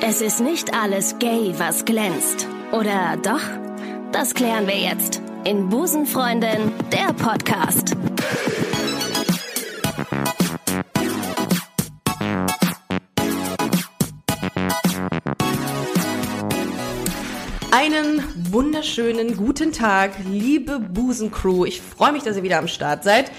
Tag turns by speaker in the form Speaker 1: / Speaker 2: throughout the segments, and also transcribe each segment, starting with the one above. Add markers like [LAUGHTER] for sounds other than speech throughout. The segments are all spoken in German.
Speaker 1: Es ist nicht alles gay, was glänzt. Oder doch? Das klären wir jetzt in Busenfreundin, der Podcast.
Speaker 2: Einen wunderschönen guten Tag, liebe Busencrew. Ich freue mich, dass ihr wieder am Start seid.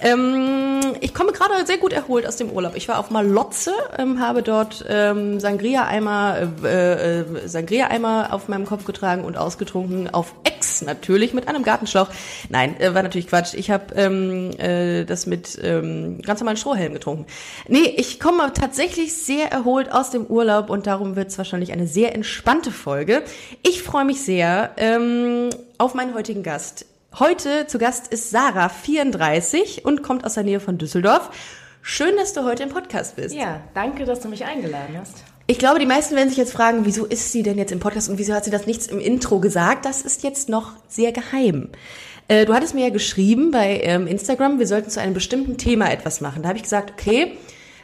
Speaker 2: Ähm, ich komme gerade sehr gut erholt aus dem Urlaub. Ich war auf Malotze, ähm, habe dort ähm, Sangria-Eimer äh, äh, Sangria-Eimer auf meinem Kopf getragen und ausgetrunken auf Ex natürlich mit einem Gartenschlauch. Nein, äh, war natürlich Quatsch. Ich habe ähm, äh, das mit ähm, ganz normalen Strohhelm getrunken. Nee, ich komme tatsächlich sehr erholt aus dem Urlaub und darum wird es wahrscheinlich eine sehr entspannte Folge. Ich freue mich sehr ähm, auf meinen heutigen Gast. Heute zu Gast ist Sarah, 34 und kommt aus der Nähe von Düsseldorf. Schön, dass du heute im Podcast bist.
Speaker 3: Ja, danke, dass du mich eingeladen hast.
Speaker 2: Ich glaube, die meisten werden sich jetzt fragen, wieso ist sie denn jetzt im Podcast und wieso hat sie das nichts im Intro gesagt? Das ist jetzt noch sehr geheim. Äh, Du hattest mir ja geschrieben bei ähm, Instagram, wir sollten zu einem bestimmten Thema etwas machen. Da habe ich gesagt, okay,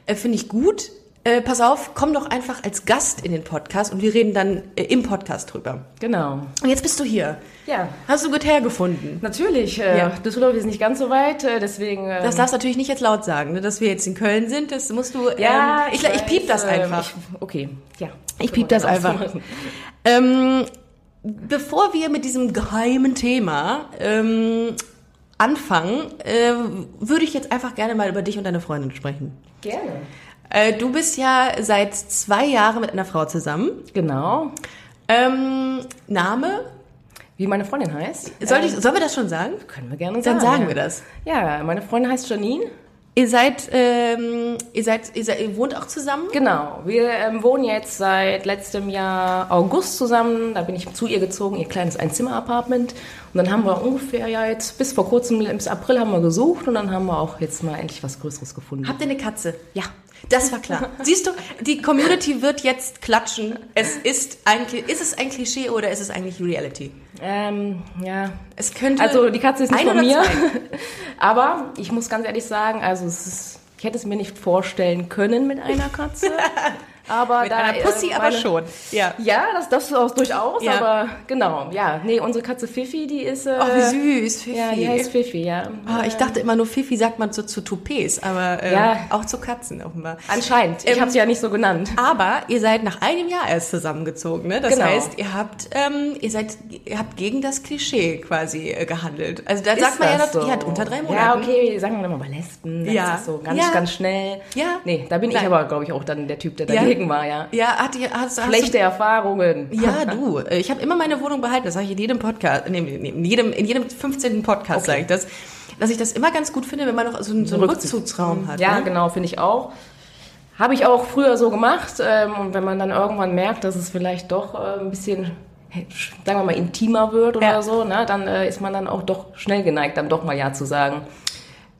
Speaker 2: äh, finde ich gut. Äh, pass auf, komm doch einfach als Gast in den Podcast und wir reden dann äh, im Podcast drüber.
Speaker 3: Genau.
Speaker 2: Und jetzt bist du hier.
Speaker 3: Ja.
Speaker 2: Hast du gut hergefunden.
Speaker 3: Natürlich, äh,
Speaker 2: Ja.
Speaker 3: Düsseldorf ist nicht ganz so weit, äh, deswegen. ähm,
Speaker 2: Das darfst du natürlich nicht jetzt laut sagen, ne? dass wir jetzt in Köln sind. Das musst du.
Speaker 3: ja,
Speaker 2: ähm, ich, ich,
Speaker 3: weiß,
Speaker 2: piep das
Speaker 3: ähm,
Speaker 2: einfach.
Speaker 3: Ich, okay, ja.
Speaker 2: Ich, piep das einfach. Ähm, bevor wir mit diesem geheimen Thema ähm, anfangen, äh, würde ich jetzt einfach gerne mal über dich und deine Freundin sprechen.
Speaker 3: Gerne.
Speaker 2: Äh, du bist ja seit zwei Jahren mit einer Frau zusammen.
Speaker 3: Genau.
Speaker 2: Ähm, Name?
Speaker 3: Wie meine Freundin heißt?
Speaker 2: Soll
Speaker 3: äh,
Speaker 2: ich, sollen wir das schon sagen?
Speaker 3: Können wir gerne sagen.
Speaker 2: Dann sagen
Speaker 3: ja.
Speaker 2: wir das.
Speaker 3: Ja, meine Freundin heißt Janine.
Speaker 2: Ihr seid, ähm, ihr seid, ihr seid, ihr wohnt auch zusammen?
Speaker 3: Genau. Wir ähm, wohnen jetzt seit letztem Jahr August zusammen. Da bin ich zu ihr gezogen, ihr kleines Einzimmer-Apartment. Und dann haben wir ungefähr ja jetzt bis vor kurzem, bis April haben wir gesucht und dann haben wir auch jetzt mal endlich was Größeres gefunden.
Speaker 2: Habt ihr eine Katze? Ja. Das war klar. Siehst du, die Community wird jetzt klatschen. Es ist ein, Kli- ist es ein Klischee oder ist es eigentlich Reality?
Speaker 3: Ähm, ja.
Speaker 2: Es könnte.
Speaker 3: Also die Katze ist nicht
Speaker 2: Ein
Speaker 3: von
Speaker 2: oder
Speaker 3: mir.
Speaker 2: zwei?
Speaker 3: [LAUGHS] Aber ich muss ganz ehrlich sagen, also es ist, ich hätte es mir nicht vorstellen können mit einer
Speaker 2: [LAUGHS]
Speaker 3: Katze. Aber
Speaker 2: Mit
Speaker 3: da,
Speaker 2: einer Pussy
Speaker 3: äh,
Speaker 2: aber
Speaker 3: meine-
Speaker 2: schon. Ja.
Speaker 3: Ja, das, das auch durchaus,
Speaker 2: Ja.
Speaker 3: aber genau, ja. Nee, unsere Katze Fifi, die ist. Äh,
Speaker 2: Ach, Oh, wie süß, Fifi.
Speaker 3: Ja, die heißt Fifi, ja.
Speaker 2: Ah, ich dachte immer nur Fifi sagt man so zu Toupees, aber äh,
Speaker 3: Ja.
Speaker 2: auch zu Katzen offenbar.
Speaker 3: Anscheinend. Ich
Speaker 2: Ähm,
Speaker 3: habe sie ja nicht so genannt.
Speaker 2: Aber ihr seid nach einem Jahr erst zusammengezogen, ne? Das
Speaker 3: Genau.
Speaker 2: heißt, ihr habt, ähm, ihr seid, ihr habt gegen das Klischee quasi äh, gehandelt. Also da
Speaker 3: Ist
Speaker 2: sagt man ja,
Speaker 3: das
Speaker 2: dass ihr habt unter drei Monaten.
Speaker 3: Ja, okay, sagen wir dann mal bei Lesben. Dann
Speaker 2: Ja.
Speaker 3: Ist das so ganz,
Speaker 2: Ja.
Speaker 3: ganz schnell.
Speaker 2: Ja.
Speaker 3: Nee, da bin ich
Speaker 2: Nein.
Speaker 3: aber, glaube ich, auch dann der Typ, der
Speaker 2: Ja.
Speaker 3: dagegen war, ja.
Speaker 2: Ja, hat ihr, hast, hast du
Speaker 3: Schlechte Erfahrungen.
Speaker 2: Ja, du. äh, Ich habe immer meine Wohnung behalten. Das sage ich in jedem Podcast, nee, nee, in jedem, in jedem 15. Podcast sage ich das, dass ich das immer ganz gut finde, wenn man noch so einen, so einen
Speaker 3: Rückzug.
Speaker 2: Rückzugsraum hat.
Speaker 3: Ja,
Speaker 2: ne?
Speaker 3: genau, finde ich auch. Habe ich auch früher so gemacht. Ähm, und wenn man dann irgendwann merkt, dass es vielleicht doch äh, ein bisschen, hey, sch- sagen wir mal, intimer wird oder
Speaker 2: Ja.
Speaker 3: so, ne, dann äh, ist man dann auch doch schnell geneigt, dann doch mal Ja zu sagen.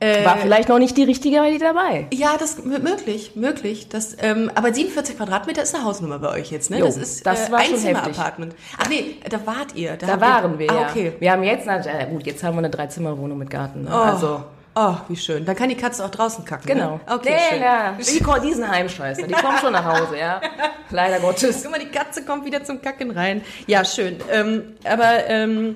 Speaker 2: Äh,
Speaker 3: War vielleicht noch nicht die richtige die dabei.
Speaker 2: ja, das m- möglich, möglich. Das, ähm, aber 47 Quadratmeter ist eine Hausnummer bei euch jetzt, ne?
Speaker 3: Jo,
Speaker 2: das ist
Speaker 3: das
Speaker 2: äh,
Speaker 3: war schon
Speaker 2: Einzimmer-Apartment. Ach nee, da wart ihr.
Speaker 3: Da
Speaker 2: habt ihr-
Speaker 3: waren wir,
Speaker 2: Ah,
Speaker 3: ja.
Speaker 2: okay.
Speaker 3: Wir haben jetzt, na, äh, gut, jetzt haben wir eine Dreizimmerwohnung mit Garten. Ne?
Speaker 2: Oh,
Speaker 3: Also,
Speaker 2: oh, wie schön. Dann kann die Katze auch draußen kacken.
Speaker 3: genau.
Speaker 2: Ne? Okay,
Speaker 3: Nee,
Speaker 2: schön.
Speaker 3: na, Die, ko- diesen Heimscheißer, die kommen schon nach
Speaker 2: [LAUGHS]
Speaker 3: Hause, ja. Leider Gottes.
Speaker 2: Guck mal, die Katze kommt wieder zum Kacken rein. Ja, schön. Ähm, aber ähm,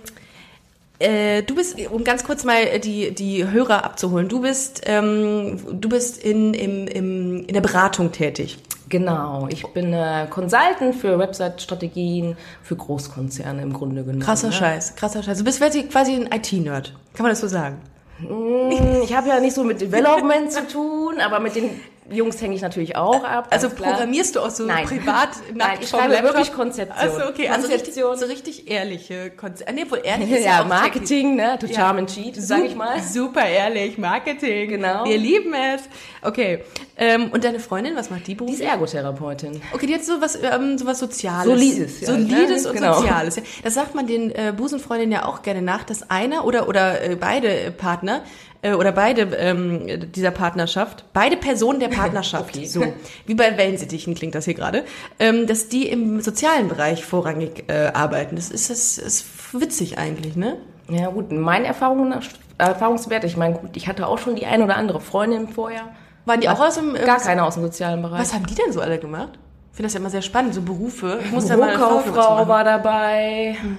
Speaker 2: äh, du bist, um ganz kurz mal die, die Hörer abzuholen, du bist, ähm, du bist in, im, im, in der Beratung tätig.
Speaker 3: Genau, ich bin äh, Consultant für Website-Strategien für Großkonzerne im Grunde genommen.
Speaker 2: Krasser
Speaker 3: ne?
Speaker 2: Scheiß, krasser Scheiß. Du bist quasi quasi ein IT-Nerd. Kann man das so sagen?
Speaker 3: Mm, [LAUGHS] Ich habe ja nicht so mit Development zu tun, aber mit den Jungs hänge ich natürlich auch ab.
Speaker 2: Also
Speaker 3: ganz klar.
Speaker 2: programmierst du auch so
Speaker 3: Nein.
Speaker 2: privat
Speaker 3: Nein,
Speaker 2: nackt
Speaker 3: ich
Speaker 2: vom
Speaker 3: schreibe
Speaker 2: Laptop?
Speaker 3: wirklich Konzeption.
Speaker 2: Achso, okay, also richtig,
Speaker 3: Konzeption.
Speaker 2: so richtig ehrliche Konzepte. Nee, wohl
Speaker 3: [LAUGHS]
Speaker 2: ehrlich ist ja
Speaker 3: [LAUGHS] ja,
Speaker 2: auch
Speaker 3: Marketing, ne? To
Speaker 2: Ja.
Speaker 3: charm and cheat, sag ich mal.
Speaker 2: Super ehrlich, Marketing.
Speaker 3: Genau.
Speaker 2: Wir lieben es. Okay. Ähm, und deine Freundin, was macht die
Speaker 3: Die ist
Speaker 2: beruflich?
Speaker 3: Ergotherapeutin.
Speaker 2: Okay, die hat sowas, ähm, sowas Soziales.
Speaker 3: Solides, ja,
Speaker 2: Solides
Speaker 3: ne?
Speaker 2: und
Speaker 3: Genau.
Speaker 2: Soziales. ja. Das sagt man den äh, Busenfreundinnen ja auch gerne nach, dass einer oder, oder äh, beide äh, Partner äh, oder beide ähm, dieser Partnerschaft, beide Personen der Partnerschaft,
Speaker 3: [LAUGHS] Okay.
Speaker 2: so wie bei Wellensittichen klingt das hier gerade, ähm, dass die im sozialen Bereich vorrangig äh, arbeiten. Das ist, das ist witzig eigentlich, ne?
Speaker 3: Ja gut, mein Erfahrung nach, Erfahrungswert, ich meine, gut, ich hatte auch schon die ein oder andere Freundin vorher.
Speaker 2: Waren die auch aus dem... äh,
Speaker 3: Gar keine aus dem sozialen Bereich.
Speaker 2: Was haben die denn so alle gemacht? Ich finde das ja immer sehr spannend, so Berufe. Ich muss da mal eine Vorführung zu
Speaker 3: Bürokauffrau
Speaker 2: machen.
Speaker 3: war dabei.
Speaker 2: Hm.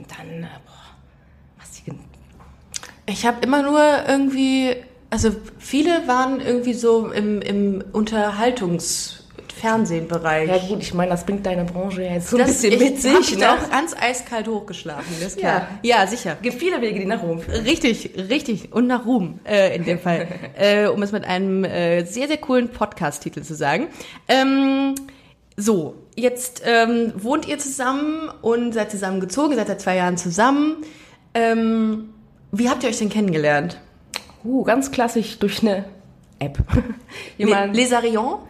Speaker 3: Dann, äh, boah, was die, gen-
Speaker 2: Ich habe immer nur irgendwie, also viele waren irgendwie so im, im Unterhaltungsfernsehenbereich.
Speaker 3: ja gut, ich meine, das bringt deine Branche ja jetzt so ein
Speaker 2: das
Speaker 3: bisschen mit
Speaker 2: ich, hab
Speaker 3: sich.
Speaker 2: ich
Speaker 3: Ne?
Speaker 2: da auch ganz eiskalt hochgeschlafen, das ist klar. Ja, sicher.
Speaker 3: gibt viele Wege, die nach Rom führen.
Speaker 2: Richtig, richtig. Und nach Ruhm, äh, in dem [LAUGHS] Fall. äh, um es mit einem äh, sehr, sehr coolen Podcast-Titel zu sagen. Ähm, so, jetzt ähm, wohnt ihr zusammen und seid zusammengezogen, seid seit zwei Jahren zusammen. Ähm, wie habt ihr euch denn kennengelernt?
Speaker 3: Uh, ganz klassisch durch eine
Speaker 2: [LAUGHS]
Speaker 3: App.
Speaker 2: Le
Speaker 3: Jemand,
Speaker 2: Lesarion?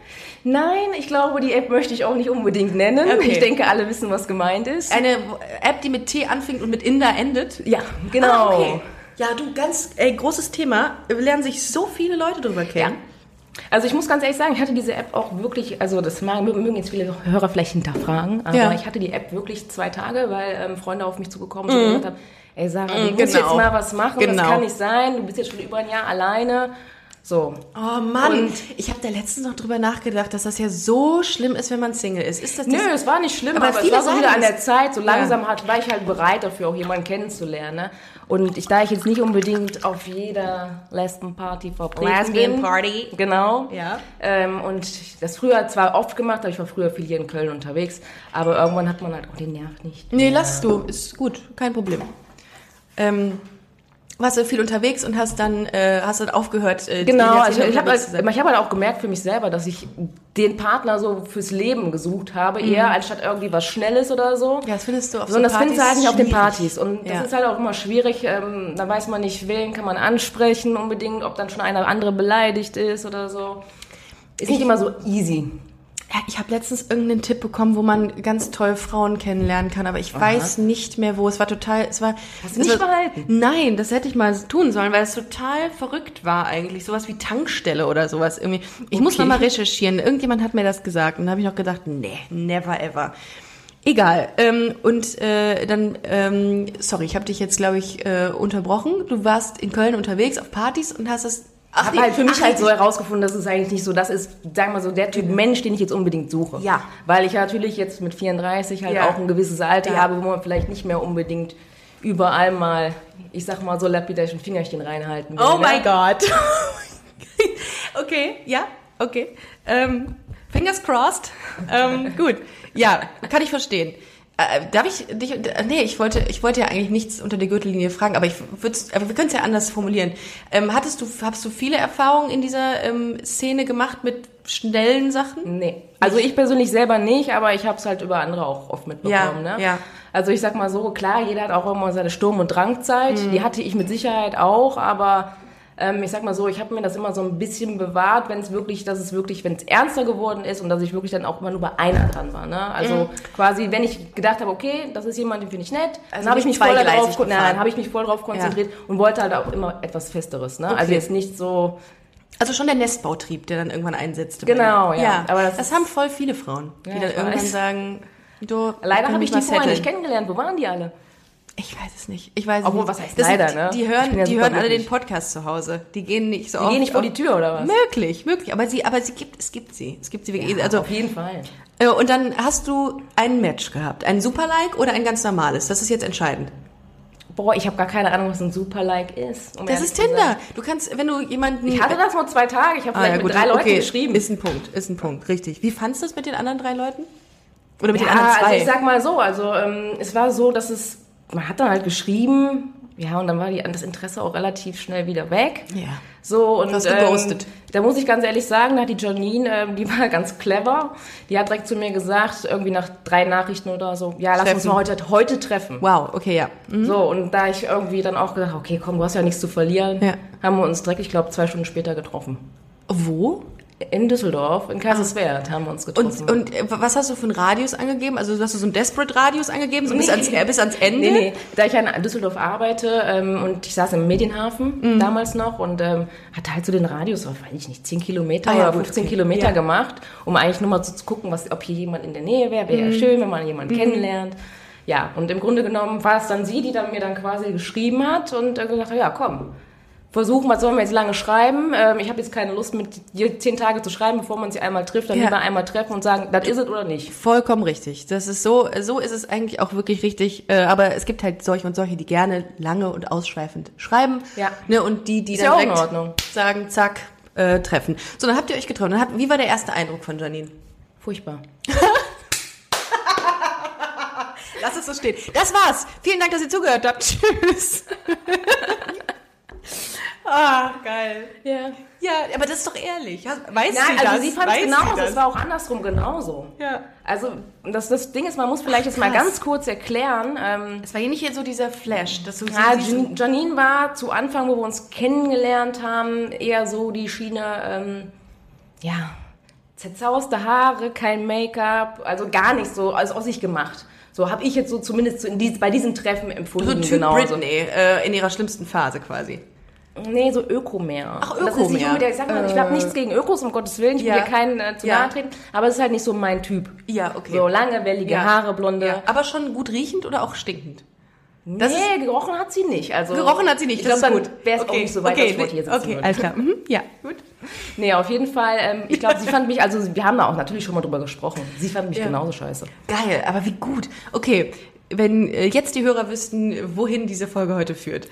Speaker 3: nein, ich glaube, die App möchte ich auch nicht unbedingt nennen.
Speaker 2: Okay. Äh,
Speaker 3: Ich denke, alle wissen, was gemeint ist.
Speaker 2: Eine App, die mit T anfängt und mit Inder endet?
Speaker 3: ja, genau.
Speaker 2: Ah, okay. Ja, du, ganz ey, großes Thema. Lernen sich so viele Leute drüber kennen.
Speaker 3: Also ich muss ganz ehrlich sagen, ich hatte diese App auch wirklich, also das mag- mögen jetzt viele Hörer vielleicht hinterfragen, aber
Speaker 2: Ja.
Speaker 3: ich hatte die App wirklich zwei Tage, weil ähm, Freunde auf mich zugekommen sind und gesagt haben, ey Sarah, du musst
Speaker 2: Mhm. genau.
Speaker 3: jetzt mal was machen,
Speaker 2: Genau.
Speaker 3: das kann nicht sein, du bist jetzt schon über ein Jahr alleine. So,
Speaker 2: Oh Mann,
Speaker 3: Und-
Speaker 2: ich habe da letztens noch drüber nachgedacht, dass das ja so schlimm ist, wenn man Single ist. Ist das
Speaker 3: Nö,
Speaker 2: das?
Speaker 3: es war nicht schlimm,
Speaker 2: Aber
Speaker 3: aber,
Speaker 2: viele
Speaker 3: es war so
Speaker 2: sagen
Speaker 3: wieder an
Speaker 2: das.
Speaker 3: der Zeit. So langsam hat, war ich halt bereit dafür, auch jemanden kennenzulernen. Ne? Und ich, da ich jetzt nicht unbedingt auf jeder Lesben Party vertreten
Speaker 2: Lesbian
Speaker 3: bin.
Speaker 2: Party.
Speaker 3: Genau.
Speaker 2: Ja.
Speaker 3: Ähm, und ich das früher zwar oft gemacht, aber ich war früher viel hier in Köln unterwegs. Aber irgendwann hat man halt auch den Nerv nicht.
Speaker 2: Nee, lass du, ist gut, kein Problem. Ähm, warst du viel unterwegs und hast dann äh, hast dann aufgehört. Äh,
Speaker 3: Genau,
Speaker 2: die
Speaker 3: also
Speaker 2: Jahrzehnte
Speaker 3: ich habe
Speaker 2: unterwegs
Speaker 3: halt,
Speaker 2: zu sein?
Speaker 3: ich hab halt auch gemerkt für mich selber, dass ich den Partner so fürs Leben gesucht habe,
Speaker 2: Mhm.
Speaker 3: eher anstatt irgendwie was Schnelles oder so.
Speaker 2: Ja, das findest du auf
Speaker 3: Sondern das
Speaker 2: so Partys
Speaker 3: findest du halt nicht auf den
Speaker 2: schwierig.
Speaker 3: Partys. Und das
Speaker 2: Ja.
Speaker 3: ist halt auch immer schwierig. Ähm, da weiß man nicht, wen kann man ansprechen unbedingt, ob dann schon einer andere beleidigt ist oder so. Ist nicht immer so easy.
Speaker 2: Ja, ich habe letztens irgendeinen Tipp bekommen, wo man ganz toll Frauen kennenlernen kann, aber ich weiß nicht mehr wo. Es war total, es war. Hast
Speaker 3: du nicht behalten?
Speaker 2: Nein, das hätte ich mal tun sollen, weil es total verrückt war eigentlich. Sowas wie Tankstelle oder sowas irgendwie. Ich muss
Speaker 3: Okay.
Speaker 2: noch mal recherchieren. Irgendjemand hat mir das gesagt und da habe ich noch gedacht, nee, never ever. Egal. Ähm, und äh, dann, ähm, sorry, ich habe dich jetzt, glaube ich, äh, unterbrochen. Du warst in Köln unterwegs auf Partys und hast das. Ach,
Speaker 3: Hab
Speaker 2: nee,
Speaker 3: halt für mich
Speaker 2: ach,
Speaker 3: halt so herausgefunden, dass es eigentlich nicht so das ist, sagen wir mal so, der Typ Mensch, den ich jetzt unbedingt suche.
Speaker 2: Ja.
Speaker 3: Weil ich natürlich jetzt mit 34 halt
Speaker 2: Ja.
Speaker 3: auch ein gewisses Alter
Speaker 2: Ja.
Speaker 3: habe, wo man vielleicht nicht mehr unbedingt überall mal, ich sag mal so lapidar ein Fingerchen reinhalten will.
Speaker 2: Oh
Speaker 3: ne?
Speaker 2: mein Gott. [LAUGHS] okay, ja, okay. Ähm, fingers crossed. Ähm, gut. Ja, kann ich verstehen. Äh, darf ich dich, äh, nee, ich wollte, ich wollte ja eigentlich nichts unter der Gürtellinie fragen, aber ich würd's, aber wir können es ja anders formulieren. Ähm, hattest du, hast du viele Erfahrungen in dieser ähm, Szene gemacht mit schnellen Sachen?
Speaker 3: Nee. Also ich persönlich selber nicht, aber ich habe es halt über andere auch oft mitbekommen.
Speaker 2: Ja,
Speaker 3: ne?
Speaker 2: ja.
Speaker 3: Also ich sag mal so, klar, jeder hat auch immer seine Sturm- und Drangzeit.
Speaker 2: Mhm.
Speaker 3: Die hatte ich mit Sicherheit auch, aber ähm, ich sag mal so, ich habe mir das immer so ein bisschen bewahrt, wenn es wirklich, dass es wirklich, wenn es ernster geworden ist und dass ich wirklich dann auch immer nur bei einer dran war. Ne? Also
Speaker 2: Mhm.
Speaker 3: quasi, wenn ich gedacht habe, okay, das ist jemand, den finde ich nett,
Speaker 2: Also
Speaker 3: dann habe ich
Speaker 2: nicht
Speaker 3: mich voll
Speaker 2: zweigleisig
Speaker 3: darauf,
Speaker 2: gefahren.
Speaker 3: nein, habe ich mich voll drauf konzentriert und wollte halt auch immer etwas Festeres. Ne? Also
Speaker 2: Okay.
Speaker 3: jetzt nicht so,
Speaker 2: Also schon der Nestbautrieb, der dann irgendwann einsetzte. bei
Speaker 3: Genau,
Speaker 2: dir.
Speaker 3: ja. Aber
Speaker 2: das,
Speaker 3: das
Speaker 2: haben voll viele Frauen, die
Speaker 3: Ja,
Speaker 2: dann
Speaker 3: ich
Speaker 2: irgendwann
Speaker 3: weiß.
Speaker 2: sagen, du,
Speaker 3: leider
Speaker 2: können
Speaker 3: habe
Speaker 2: mich
Speaker 3: ich die
Speaker 2: mal
Speaker 3: vorher
Speaker 2: setteln.
Speaker 3: nicht kennengelernt. Wo waren die alle?
Speaker 2: Ich weiß es nicht. Ich weiß es
Speaker 3: Obwohl,
Speaker 2: nicht.
Speaker 3: was heißt
Speaker 2: das
Speaker 3: leider,
Speaker 2: sind,
Speaker 3: ne?
Speaker 2: Die
Speaker 3: Ich
Speaker 2: hören,
Speaker 3: bin ja
Speaker 2: die
Speaker 3: super
Speaker 2: hören alle den
Speaker 3: glücklich.
Speaker 2: Podcast zu Hause. Die gehen nicht so
Speaker 3: Die gehen nicht vor die Tür oder was?
Speaker 2: Möglich, möglich. Aber sie, aber sie gibt, es gibt sie. Es gibt sie wirklich. also,
Speaker 3: Auf jeden Fall.
Speaker 2: äh, und dann hast du ein Match gehabt. Ein Super-Like oder ein ganz normales? Das ist jetzt entscheidend.
Speaker 3: Boah, ich habe gar keine Ahnung, was ein Super-Like ist. um
Speaker 2: Das
Speaker 3: ehrlich
Speaker 2: ist
Speaker 3: zu sein.
Speaker 2: Tinder. Du kannst, wenn du jemanden...
Speaker 3: Ich hatte das nur zwei Tage. Ich habe
Speaker 2: Ah,
Speaker 3: vielleicht
Speaker 2: ja, gut,
Speaker 3: mit drei Leuten
Speaker 2: okay.
Speaker 3: geschrieben.
Speaker 2: Ist ein Punkt, ist ein Punkt. Richtig. Wie fandst du es mit den anderen drei Leuten? Oder mit
Speaker 3: ja,
Speaker 2: den anderen zwei?
Speaker 3: also ich sag mal so, also ähm, es war so, dass es, man hat dann halt geschrieben, ja, und dann war die, das Interesse auch relativ schnell wieder weg.
Speaker 2: Ja.
Speaker 3: So, und ähm,
Speaker 2: Du hast geghostet.
Speaker 3: da muss ich ganz ehrlich sagen, da hat die Janine, ähm, die war [LAUGHS] ganz clever, die hat direkt zu mir gesagt, irgendwie nach drei Nachrichten oder so, ja, lass uns
Speaker 2: Treffen.
Speaker 3: mal heute, heute treffen.
Speaker 2: wow, okay, ja. Mhm.
Speaker 3: So, und da ich irgendwie dann auch gedacht, okay, komm, du hast ja nichts zu verlieren,
Speaker 2: Ja.
Speaker 3: haben wir uns direkt, ich glaube, zwei Stunden später getroffen.
Speaker 2: Wo?
Speaker 3: In Düsseldorf, in Kaiserswerth haben wir uns getroffen.
Speaker 2: Und, und äh, was hast du für einen Radius angegeben? Also hast du so einen Desperate Radius angegeben, so bis,
Speaker 3: Nee.
Speaker 2: ans, äh, bis ans Ende?
Speaker 3: Nee, nee, da ich ja in Düsseldorf arbeite ähm, und ich saß im Medienhafen
Speaker 2: Mhm.
Speaker 3: damals noch und ähm, hatte halt so den Radius, auf, weiß ich nicht, 10 Kilometer
Speaker 2: Ah ja,
Speaker 3: oder
Speaker 2: gut,
Speaker 3: 15
Speaker 2: okay.
Speaker 3: Kilometer
Speaker 2: Ja.
Speaker 3: gemacht, um eigentlich nur mal so zu gucken, was, ob hier jemand in der Nähe wäre.
Speaker 2: Mhm.
Speaker 3: Wäre ja schön, wenn man jemanden kennenlernt. Ja, und im Grunde genommen war es dann sie, die dann mir dann quasi geschrieben hat und äh, gesagt hat, ja komm, versuchen, was sollen wir jetzt lange schreiben? Ähm, ich habe jetzt keine Lust, mit dir zehn Tage zu schreiben, bevor man sie einmal trifft, dann
Speaker 2: Ja.
Speaker 3: lieber einmal treffen und sagen, das ist es oder nicht.
Speaker 2: Vollkommen richtig. Das ist so, so ist es eigentlich auch wirklich richtig. Äh, aber es gibt halt solche und solche, die gerne lange und ausschweifend schreiben.
Speaker 3: Ja.
Speaker 2: Ne, und die, die
Speaker 3: Ist
Speaker 2: dann
Speaker 3: ja auch in
Speaker 2: direkt
Speaker 3: Ordnung.
Speaker 2: sagen, zack, äh, treffen. So, dann habt ihr euch getroffen. Dann habt, wie war der erste Eindruck von Janine?
Speaker 3: Furchtbar.
Speaker 2: Lass es so stehen. Das war's. Vielen Dank, dass ihr zugehört habt. [LAUGHS] Tschüss. ah, geil.
Speaker 3: Ja.
Speaker 2: Ja, aber das ist doch ehrlich. Hast- Weiß
Speaker 3: Nein,
Speaker 2: sie das?
Speaker 3: also sie fand es
Speaker 2: Weiß
Speaker 3: genauso,
Speaker 2: das?
Speaker 3: es war auch andersrum genauso.
Speaker 2: Ja.
Speaker 3: Also das, das Ding ist, man muss vielleicht jetzt mal
Speaker 2: Krass.
Speaker 3: ganz kurz erklären, ähm,
Speaker 2: Es war hier nicht so dieser Flash, dass du
Speaker 3: Ja,
Speaker 2: siehst-
Speaker 3: Jan- Janine war zu Anfang, wo wir uns kennengelernt haben, eher so die Schiene, ähm, ja, zerzauste Haare, kein Make-up, also gar nicht so, also aus sich gemacht. So habe ich jetzt so zumindest so in dies, bei diesem Treffen
Speaker 2: so
Speaker 3: empfunden.
Speaker 2: Typ
Speaker 3: genauso.
Speaker 2: Britney äh, in ihrer schlimmsten Phase quasi.
Speaker 3: Nee, so Öko mehr.
Speaker 2: Ach,
Speaker 3: Das ist
Speaker 2: Öko-Meer.
Speaker 3: nicht
Speaker 2: Äh.
Speaker 3: unbedingt- ich sag mal, ich habe nichts gegen Ökos, um Gottes Willen, ich
Speaker 2: Ja.
Speaker 3: will hier keinen äh, zu
Speaker 2: Ja.
Speaker 3: nahe treten, aber es ist halt nicht so mein Typ.
Speaker 2: Ja, okay.
Speaker 3: So lange, wellige
Speaker 2: Ja.
Speaker 3: Haare, blonde.
Speaker 2: Ja, aber schon gut riechend oder auch stinkend? Das
Speaker 3: nee, gerochen hat sie nicht. Also,
Speaker 2: Gerochen hat sie nicht,
Speaker 3: Ich
Speaker 2: das
Speaker 3: glaube, dann
Speaker 2: ist gut.
Speaker 3: wäre es auch nicht so weit,
Speaker 2: okay,
Speaker 3: dass ich heute hier sitzen
Speaker 2: Okay,
Speaker 3: würde.
Speaker 2: alles klar. Mhm, ja, gut.
Speaker 3: Nee, auf jeden Fall. Ähm, ich glaube, sie fand mich, also wir haben da auch natürlich schon mal drüber gesprochen. Sie fand mich
Speaker 2: Ja.
Speaker 3: genauso scheiße.
Speaker 2: Geil, aber wie gut. Okay, wenn äh, jetzt die Hörer wüssten, wohin diese Folge heute führt.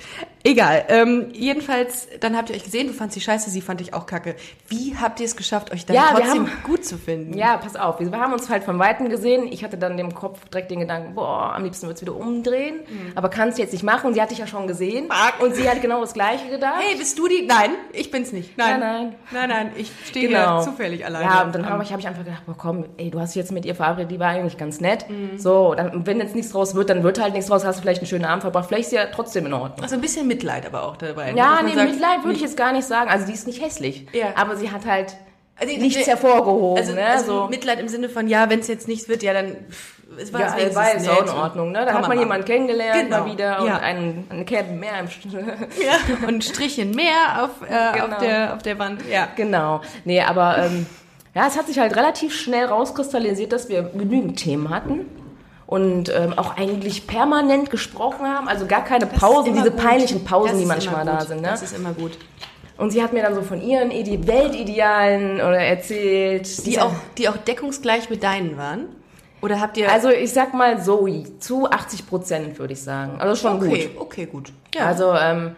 Speaker 2: Egal. Ähm, jedenfalls, dann habt ihr euch gesehen, du fandst sie scheiße, sie fand ich auch kacke. Wie habt ihr es geschafft, euch dann
Speaker 3: Ja, wir
Speaker 2: trotzdem
Speaker 3: haben-
Speaker 2: gut zu finden?
Speaker 3: Ja, pass auf, wir haben uns halt von Weitem gesehen. Ich hatte dann im Kopf direkt den Gedanken, boah, am liebsten wird's wieder umdrehen. Aber kannst du jetzt nicht machen. Sie hatte ich ja schon gesehen.
Speaker 2: Mhm. Fuck.
Speaker 3: Und sie hat genau das Gleiche gedacht.
Speaker 2: Hey, bist du die? Nein, ich bin's nicht. Nein,
Speaker 3: Nein, nein.
Speaker 2: Nein, nein, ich stehe
Speaker 3: Genau.
Speaker 2: hier zufällig alleine.
Speaker 3: Ja, und dann habe ich, hab ich einfach gedacht, boah, komm, ey, du hast dich jetzt mit ihr verabredet, die war eigentlich ganz nett.
Speaker 2: Mhm.
Speaker 3: So, dann, wenn jetzt nichts draus wird, dann wird halt nichts draus, hast du vielleicht einen schönen Abend verbracht. Vielleicht ist sie ja trotzdem in Ordnung.
Speaker 2: Also ein bisschen Mitleid aber auch dabei. ne?
Speaker 3: Ja,
Speaker 2: dass man
Speaker 3: nee,
Speaker 2: sagt,
Speaker 3: Mitleid würde ich jetzt gar nicht sagen. Also die ist nicht hässlich.
Speaker 2: Ja.
Speaker 3: Aber sie hat halt
Speaker 2: Also, die-
Speaker 3: nichts
Speaker 2: die-
Speaker 3: hervorgehoben.
Speaker 2: Also,
Speaker 3: ne?
Speaker 2: also
Speaker 3: so.
Speaker 2: Mitleid im Sinne von, ja, wenn es jetzt nichts wird, ja, dann pff, es war
Speaker 3: ja,
Speaker 2: es
Speaker 3: war
Speaker 2: wenigstens
Speaker 3: jetzt auch in
Speaker 2: nett und
Speaker 3: Ordnung. Ne? Da
Speaker 2: kann
Speaker 3: hat man
Speaker 2: machen.
Speaker 3: jemanden kennengelernt,
Speaker 2: Genau.
Speaker 3: mal wieder.
Speaker 2: Ja.
Speaker 3: Und einen, einen Kerben mehr im Sch-
Speaker 2: Ja. Und Strichchen mehr auf, äh,
Speaker 3: Genau.
Speaker 2: auf, der, auf der Wand. Ja.
Speaker 3: Genau. Nee, aber ähm, ja, es hat sich halt relativ schnell rauskristallisiert, dass wir genügend Themen hatten. Und ähm, auch eigentlich permanent gesprochen haben, also gar keine
Speaker 2: Das
Speaker 3: Pausen,
Speaker 2: ist immer
Speaker 3: diese
Speaker 2: gut.
Speaker 3: peinlichen Pausen,
Speaker 2: Das
Speaker 3: die
Speaker 2: ist
Speaker 3: manchmal
Speaker 2: immer
Speaker 3: da
Speaker 2: gut.
Speaker 3: sind. Ne?
Speaker 2: Das ist immer gut.
Speaker 3: Und sie hat mir dann so von ihren Ide Weltidealen oder erzählt.
Speaker 2: Die auch, die auch deckungsgleich mit deinen waren? Oder habt ihr...
Speaker 3: Also ich sag mal so, zu 80 Prozent würde ich sagen. Also schon
Speaker 2: okay,
Speaker 3: gut.
Speaker 2: okay, gut.
Speaker 3: Also ähm,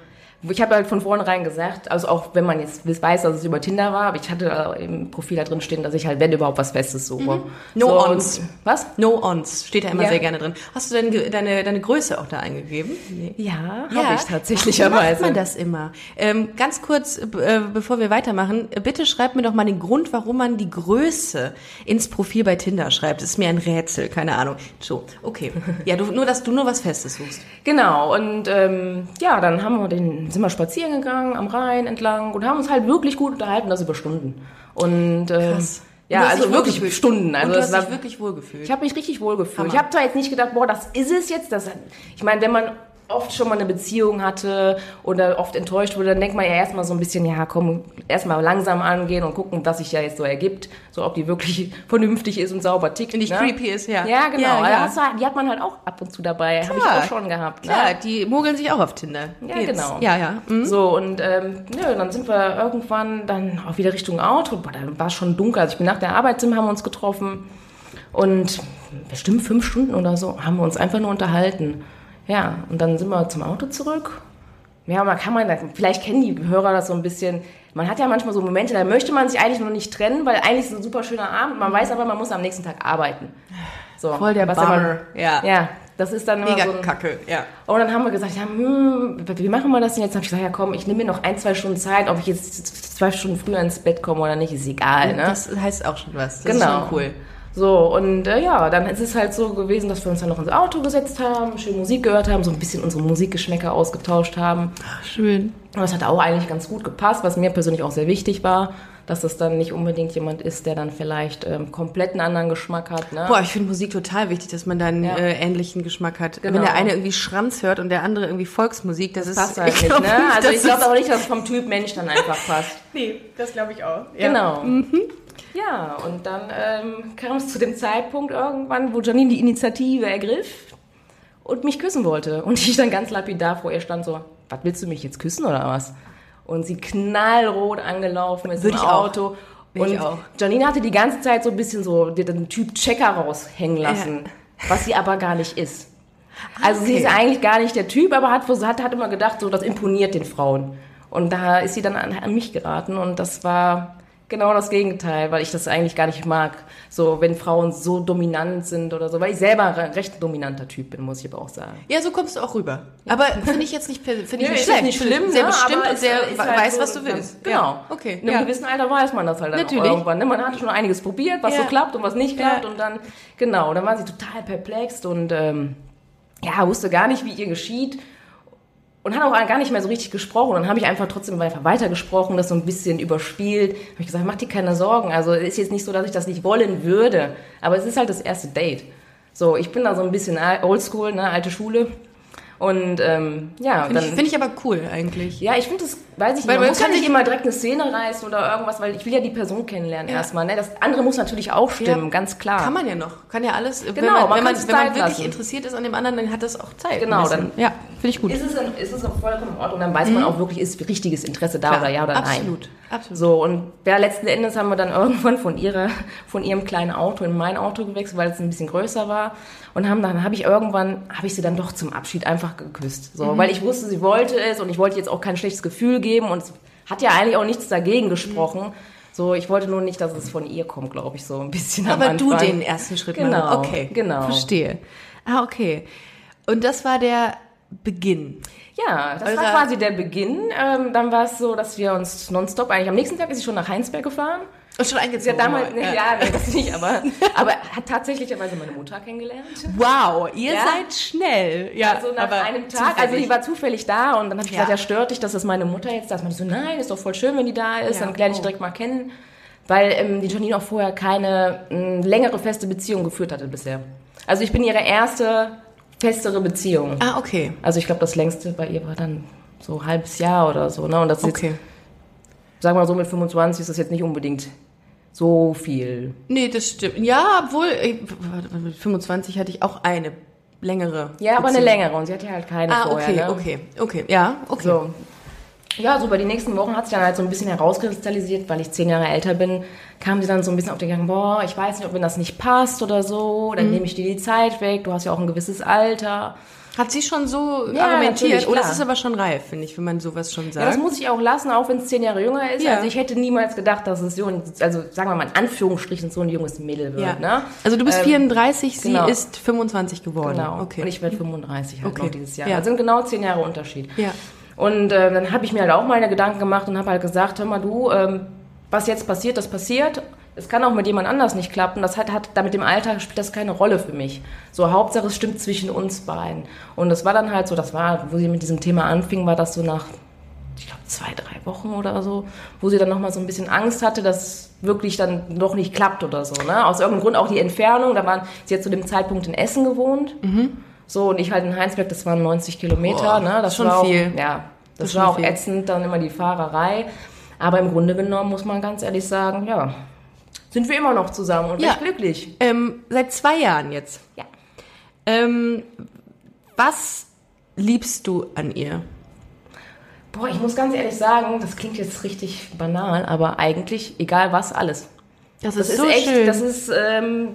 Speaker 3: ich habe halt von vornherein gesagt, also auch wenn man jetzt weiß, dass es über Tinder war, aber ich hatte da im Profil da drin stehen, dass ich halt, wenn überhaupt, was Festes suche.
Speaker 2: Mhm. No
Speaker 3: so,
Speaker 2: ons.
Speaker 3: und- Was?
Speaker 2: No ons steht da immer
Speaker 3: Ja.
Speaker 2: sehr gerne drin. Hast du denn ge- deine, deine Größe auch da eingegeben? Nee. Ja.
Speaker 3: Ja, habe ich
Speaker 2: Wie macht
Speaker 3: tatsächlicherweise.
Speaker 2: man das immer? Ähm, ganz kurz, b- äh, bevor wir weitermachen, äh, bitte schreibt mir doch mal den Grund, warum man die Größe ins Profil bei Tinder schreibt. Das ist mir ein Rätsel, keine Ahnung. So, okay. Ja, du, nur, dass du nur was Festes suchst.
Speaker 3: Genau, und ähm, ja, dann haben wir den, sind wir spazieren gegangen am Rhein entlang und haben uns halt wirklich gut unterhalten, das über Stunden. Und ähm,
Speaker 2: Krass.
Speaker 3: ja,
Speaker 2: Und du hast
Speaker 3: also
Speaker 2: dich
Speaker 3: wirklich
Speaker 2: wohlgefühlt.
Speaker 3: Stunden. Also
Speaker 2: Und du
Speaker 3: es
Speaker 2: hast
Speaker 3: war
Speaker 2: dich wirklich wohlgefühlt.
Speaker 3: Ich habe mich richtig wohl gefühlt.
Speaker 2: Hammer.
Speaker 3: Ich habe zwar jetzt nicht gedacht, boah, das ist es jetzt. Das, ich meine, wenn man oft schon mal eine Beziehung hatte oder oft enttäuscht wurde, dann denkt man ja erstmal so ein bisschen, ja, komm, erstmal langsam angehen und gucken, was sich ja jetzt so ergibt. So, ob die wirklich [LAUGHS] vernünftig ist und sauber tickt. ne?
Speaker 2: Und nicht creepy ist, Ne? ja.
Speaker 3: Ja, genau.
Speaker 2: Ja,
Speaker 3: Ja,
Speaker 2: ja.
Speaker 3: Hast du halt, die hat man halt auch ab und zu dabei. Habe ich
Speaker 2: Klar.
Speaker 3: auch schon gehabt. ne?
Speaker 2: Klar, die mogeln sich auch auf Tinder.
Speaker 3: Ja,
Speaker 2: Geht's.
Speaker 3: genau.
Speaker 2: Ja, ja. Mhm.
Speaker 3: So, und ähm, nö, dann sind wir irgendwann dann auch wieder Richtung Auto. Boah, dann war es schon dunkel. Also ich bin nach der Arbeit, sind, haben wir uns getroffen. Und bestimmt fünf Stunden oder so haben wir uns einfach nur unterhalten. Ja, und dann sind wir zum Auto zurück. Ja, man kann man, vielleicht kennen die Hörer das so ein bisschen. Man hat ja manchmal so Momente, da möchte man sich eigentlich noch nicht trennen, weil eigentlich ist es ein super schöner Abend. Man weiß aber, man muss am nächsten Tag arbeiten. So,
Speaker 2: Mhm. Voll der
Speaker 3: was immer-
Speaker 2: Bummer. Ja.
Speaker 3: ja, das ist dann immer
Speaker 2: Mega
Speaker 3: so ein,
Speaker 2: kacke, ja.
Speaker 3: und dann haben wir gesagt, ja, hm, wie machen wir das denn jetzt? Dann habe ich gesagt, ja komm, ich nehme mir noch ein, zwei Stunden Zeit, ob ich jetzt zwei Stunden früher ins Bett komme oder nicht, ist egal. Ne?
Speaker 2: Das heißt auch schon was. Das
Speaker 3: Genau.
Speaker 2: ist schon cool.
Speaker 3: So, und äh, ja, dann ist es halt so gewesen, dass wir uns dann noch ins Auto gesetzt haben, schön Musik gehört haben, so ein bisschen unsere Musikgeschmäcker ausgetauscht haben.
Speaker 2: Schön.
Speaker 3: Und das hat auch eigentlich ganz gut gepasst, was mir persönlich auch sehr wichtig war, dass das dann nicht unbedingt jemand ist, der dann vielleicht ähm, komplett einen anderen Geschmack hat. Ne?
Speaker 2: Boah, ich finde Musik total wichtig, dass man da einen
Speaker 3: Ja.
Speaker 2: äh, ähnlichen Geschmack hat.
Speaker 3: Genau.
Speaker 2: Wenn der eine irgendwie Schranz hört und der andere irgendwie Volksmusik, das, ist
Speaker 3: passt halt
Speaker 2: ich
Speaker 3: nicht,
Speaker 2: glaub
Speaker 3: ne?
Speaker 2: [LAUGHS]
Speaker 3: Also
Speaker 2: das
Speaker 3: ich glaube
Speaker 2: ist-
Speaker 3: aber nicht, dass es vom Typ Mensch dann einfach passt.
Speaker 2: Nee, das glaube ich auch.
Speaker 3: Genau.
Speaker 2: Mhm.
Speaker 3: Ja, und dann ähm, kam es zu dem Zeitpunkt irgendwann, wo Janine die Initiative ergriff und mich küssen wollte. Und ich dann ganz lapidar vor ihr stand so, was willst du mich jetzt küssen oder was? und sie knallrot angelaufen ist
Speaker 2: Würde
Speaker 3: im
Speaker 2: ich auch.
Speaker 3: Auto.
Speaker 2: Würde
Speaker 3: und
Speaker 2: ich auch.
Speaker 3: Janine hatte die ganze Zeit so ein bisschen so den Typ Checker raushängen lassen, was sie aber gar nicht ist. Also sie
Speaker 2: Okay.
Speaker 3: ist eigentlich gar nicht der Typ, aber hat, hat, hat immer gedacht, so das imponiert den Frauen. Und da ist sie dann an, an mich geraten und das war genau das Gegenteil, weil ich das eigentlich gar nicht mag, so wenn Frauen so dominant sind oder so, weil ich selber re- recht ein dominanter Typ bin, muss ich aber auch sagen.
Speaker 2: Ja, so kommst du auch rüber. Aber finde ich jetzt nicht, per- finde ich
Speaker 3: Nö,
Speaker 2: nicht
Speaker 3: ist jetzt
Speaker 2: schlecht.
Speaker 3: nicht schlimm,
Speaker 2: Sehr
Speaker 3: ne,
Speaker 2: bestimmt
Speaker 3: aber
Speaker 2: und
Speaker 3: es
Speaker 2: sehr
Speaker 3: ist
Speaker 2: we-
Speaker 3: halt
Speaker 2: weiß,
Speaker 3: so
Speaker 2: was du
Speaker 3: ganz-
Speaker 2: willst.
Speaker 3: Genau.
Speaker 2: Ja. Okay.
Speaker 3: In einem gewissen Alter weiß man das halt dann
Speaker 2: Natürlich.
Speaker 3: Auch irgendwann. Ne? Man hatte schon einiges probiert, was
Speaker 2: Ja.
Speaker 3: so klappt und was nicht klappt.
Speaker 2: Ja.
Speaker 3: Und dann, genau, dann war sie total perplex und ähm, ja, wusste gar nicht, wie ihr geschieht. Und hat auch gar nicht mehr so richtig gesprochen. Dann habe ich einfach trotzdem weiter weitergesprochen, das so ein bisschen überspielt. Habe ich gesagt, mach dir keine Sorgen. Also ist jetzt nicht so, dass ich das nicht wollen würde. Aber es ist halt das erste Date. So, ich bin da so ein bisschen al- oldschool, ne, alte Schule. Und ähm, ja,
Speaker 2: Finde
Speaker 3: dann...
Speaker 2: ich, finde ich aber cool eigentlich.
Speaker 3: Ja, ich finde das, weiß ich nicht,
Speaker 2: Weil
Speaker 3: man,
Speaker 2: man
Speaker 3: muss
Speaker 2: kann
Speaker 3: ja nicht
Speaker 2: nicht-
Speaker 3: immer direkt eine Szene reißen oder irgendwas, weil ich will ja die Person kennenlernen erstmal. Ne? Das andere muss natürlich auch stimmen,
Speaker 2: Ja.
Speaker 3: ganz klar.
Speaker 2: Kann man ja noch. Kann ja alles. Genau, wenn
Speaker 3: Genau,
Speaker 2: man,
Speaker 3: man
Speaker 2: wenn man,
Speaker 3: kann's
Speaker 2: wenn man
Speaker 3: Zeit
Speaker 2: wirklich
Speaker 3: lassen.
Speaker 2: interessiert ist an dem anderen, dann hat das auch Zeit.
Speaker 3: Genau,
Speaker 2: ein bisschen.
Speaker 3: dann-
Speaker 2: ja, finde ich gut.
Speaker 3: ist es, in, ist es auch vollkommen in Ordnung, dann weiß man auch wirklich, ist richtiges Interesse
Speaker 2: Mhm.
Speaker 3: da
Speaker 2: Klar,
Speaker 3: oder ja oder nein.
Speaker 2: absolut, absolut.
Speaker 3: So, und ja, letzten Endes haben wir dann [LAUGHS] irgendwann von ihrer, von ihrem kleinen Auto in mein Auto gewechselt, weil es ein bisschen größer war. Und haben dann, habe ich irgendwann, habe ich sie dann doch zum Abschied einfach geküsst. So,
Speaker 2: Mhm.
Speaker 3: weil ich wusste, sie wollte es und ich wollte jetzt auch kein schlechtes Gefühl geben und es hat ja eigentlich auch nichts dagegen gesprochen. So, ich wollte nur nicht, dass es von ihr kommt, glaube ich, so ein bisschen
Speaker 2: Aber
Speaker 3: am Anfang.
Speaker 2: du den ersten Schritt
Speaker 3: Genau,
Speaker 2: mal. Okay,
Speaker 3: genau.
Speaker 2: Verstehe. Ah, okay. Und das war der Beginn.
Speaker 3: Ja, das
Speaker 2: Eurer-
Speaker 3: war quasi der Beginn. Ähm, dann war es so, dass wir uns nonstop eigentlich am nächsten Tag ist sie schon nach Heinsberg gefahren.
Speaker 2: Und schon
Speaker 3: Sie
Speaker 2: eingezogen.
Speaker 3: hat damals,
Speaker 2: ja.
Speaker 3: ja, ja nee, das
Speaker 2: [LAUGHS]
Speaker 3: nicht, aber, aber hat tatsächlicherweise meine Mutter kennengelernt.
Speaker 2: Wow, ihr
Speaker 3: Ja.
Speaker 2: seid schnell. Ja,
Speaker 3: Also nach
Speaker 2: aber
Speaker 3: einem Tag, also die war zufällig da und dann habe ich gesagt, ja, stört dich, dass das meine Mutter jetzt da ist. Man so, nein, ist doch voll schön, wenn die da ist,
Speaker 2: Ja,
Speaker 3: dann lerne ich
Speaker 2: oh.
Speaker 3: direkt mal kennen. Weil ähm, die Janine auch vorher keine ähm, längere feste Beziehung geführt hatte bisher. Also ich bin ihre erste festere Beziehung.
Speaker 2: Ah, okay.
Speaker 3: Also ich glaube, das längste bei ihr war dann so ein halbes Jahr oder so. Ne? Und das ist jetzt
Speaker 2: Okay.
Speaker 3: sagen wir mal so, mit 25 ist das jetzt nicht unbedingt so viel.
Speaker 2: Nee, das stimmt. Ja, obwohl, äh, warte mal, mit 25 hatte ich auch eine längere.
Speaker 3: Ja, aber eine
Speaker 2: Beziehung.
Speaker 3: längere und sie hatte halt keine
Speaker 2: Ah,
Speaker 3: vorher.
Speaker 2: okay,
Speaker 3: ne?
Speaker 2: okay, okay. Ja, okay.
Speaker 3: So. Ja, so über die nächsten Wochen hat sich dann halt so ein bisschen herauskristallisiert, weil ich zehn Jahre älter bin, kam sie dann so ein bisschen auf den Gang, boah, ich weiß nicht, ob mir das nicht passt oder so, dann nehme ich dir die Zeit weg, du hast ja auch ein gewisses Alter.
Speaker 2: Hat sie schon so
Speaker 3: Ja,
Speaker 2: argumentiert?
Speaker 3: natürlich,
Speaker 2: Oh, das
Speaker 3: klar.
Speaker 2: ist aber schon reif, finde ich, wenn man sowas schon
Speaker 3: Ja, das
Speaker 2: sagt.
Speaker 3: muss ich auch lassen, auch wenn es zehn Jahre jünger ist.
Speaker 2: Ja.
Speaker 3: Also ich hätte niemals gedacht, dass es so ein, also sagen wir mal in Anführungsstrichen so ein junges Mädel wird, ne?
Speaker 2: Also du bist 34, sie
Speaker 3: genau.
Speaker 2: ist 25 geworden.
Speaker 3: Genau.
Speaker 2: Okay.
Speaker 3: Und ich werde 35 halt
Speaker 2: Okay.
Speaker 3: noch dieses Jahr.
Speaker 2: Ja.
Speaker 3: Ja. Also sind genau zehn Jahre Unterschied.
Speaker 2: Ja.
Speaker 3: Und äh, dann habe ich mir halt auch meine Gedanken gemacht und habe halt gesagt, hör mal du, ähm, was jetzt passiert, das passiert. Es kann auch mit jemand anders nicht klappen. Das hat, hat da mit dem Alltag spielt das keine Rolle für mich. So Hauptsache es stimmt zwischen uns beiden. Und das war dann halt so, das war, wo sie mit diesem Thema anfing, war das so nach, ich glaube zwei, drei Wochen oder so, wo sie dann noch mal so ein bisschen Angst hatte, dass wirklich dann doch nicht klappt oder so. Ne? Aus irgendeinem Grund auch die Entfernung. Da waren, sie hat zu dem Zeitpunkt in Essen gewohnt. So, und ich halt in Heinsberg, das waren 90 Kilometer,
Speaker 2: Mhm. Boah,
Speaker 3: ne? Das
Speaker 2: schon
Speaker 3: war auch,
Speaker 2: viel.
Speaker 3: Ja, das,
Speaker 2: ist schon
Speaker 3: war auch
Speaker 2: viel.
Speaker 3: ätzend, dann immer die Fahrerei. Aber im Grunde genommen muss man ganz ehrlich sagen, ja, sind wir immer noch zusammen und
Speaker 2: Ja.
Speaker 3: echt glücklich.
Speaker 2: Ähm, seit zwei Jahren jetzt.
Speaker 3: Ja.
Speaker 2: Ähm, was liebst du an ihr?
Speaker 3: Boah, ich muss ganz ehrlich sagen, das klingt jetzt richtig banal, aber eigentlich, egal was, alles. Das ist echt, das ist, ähm,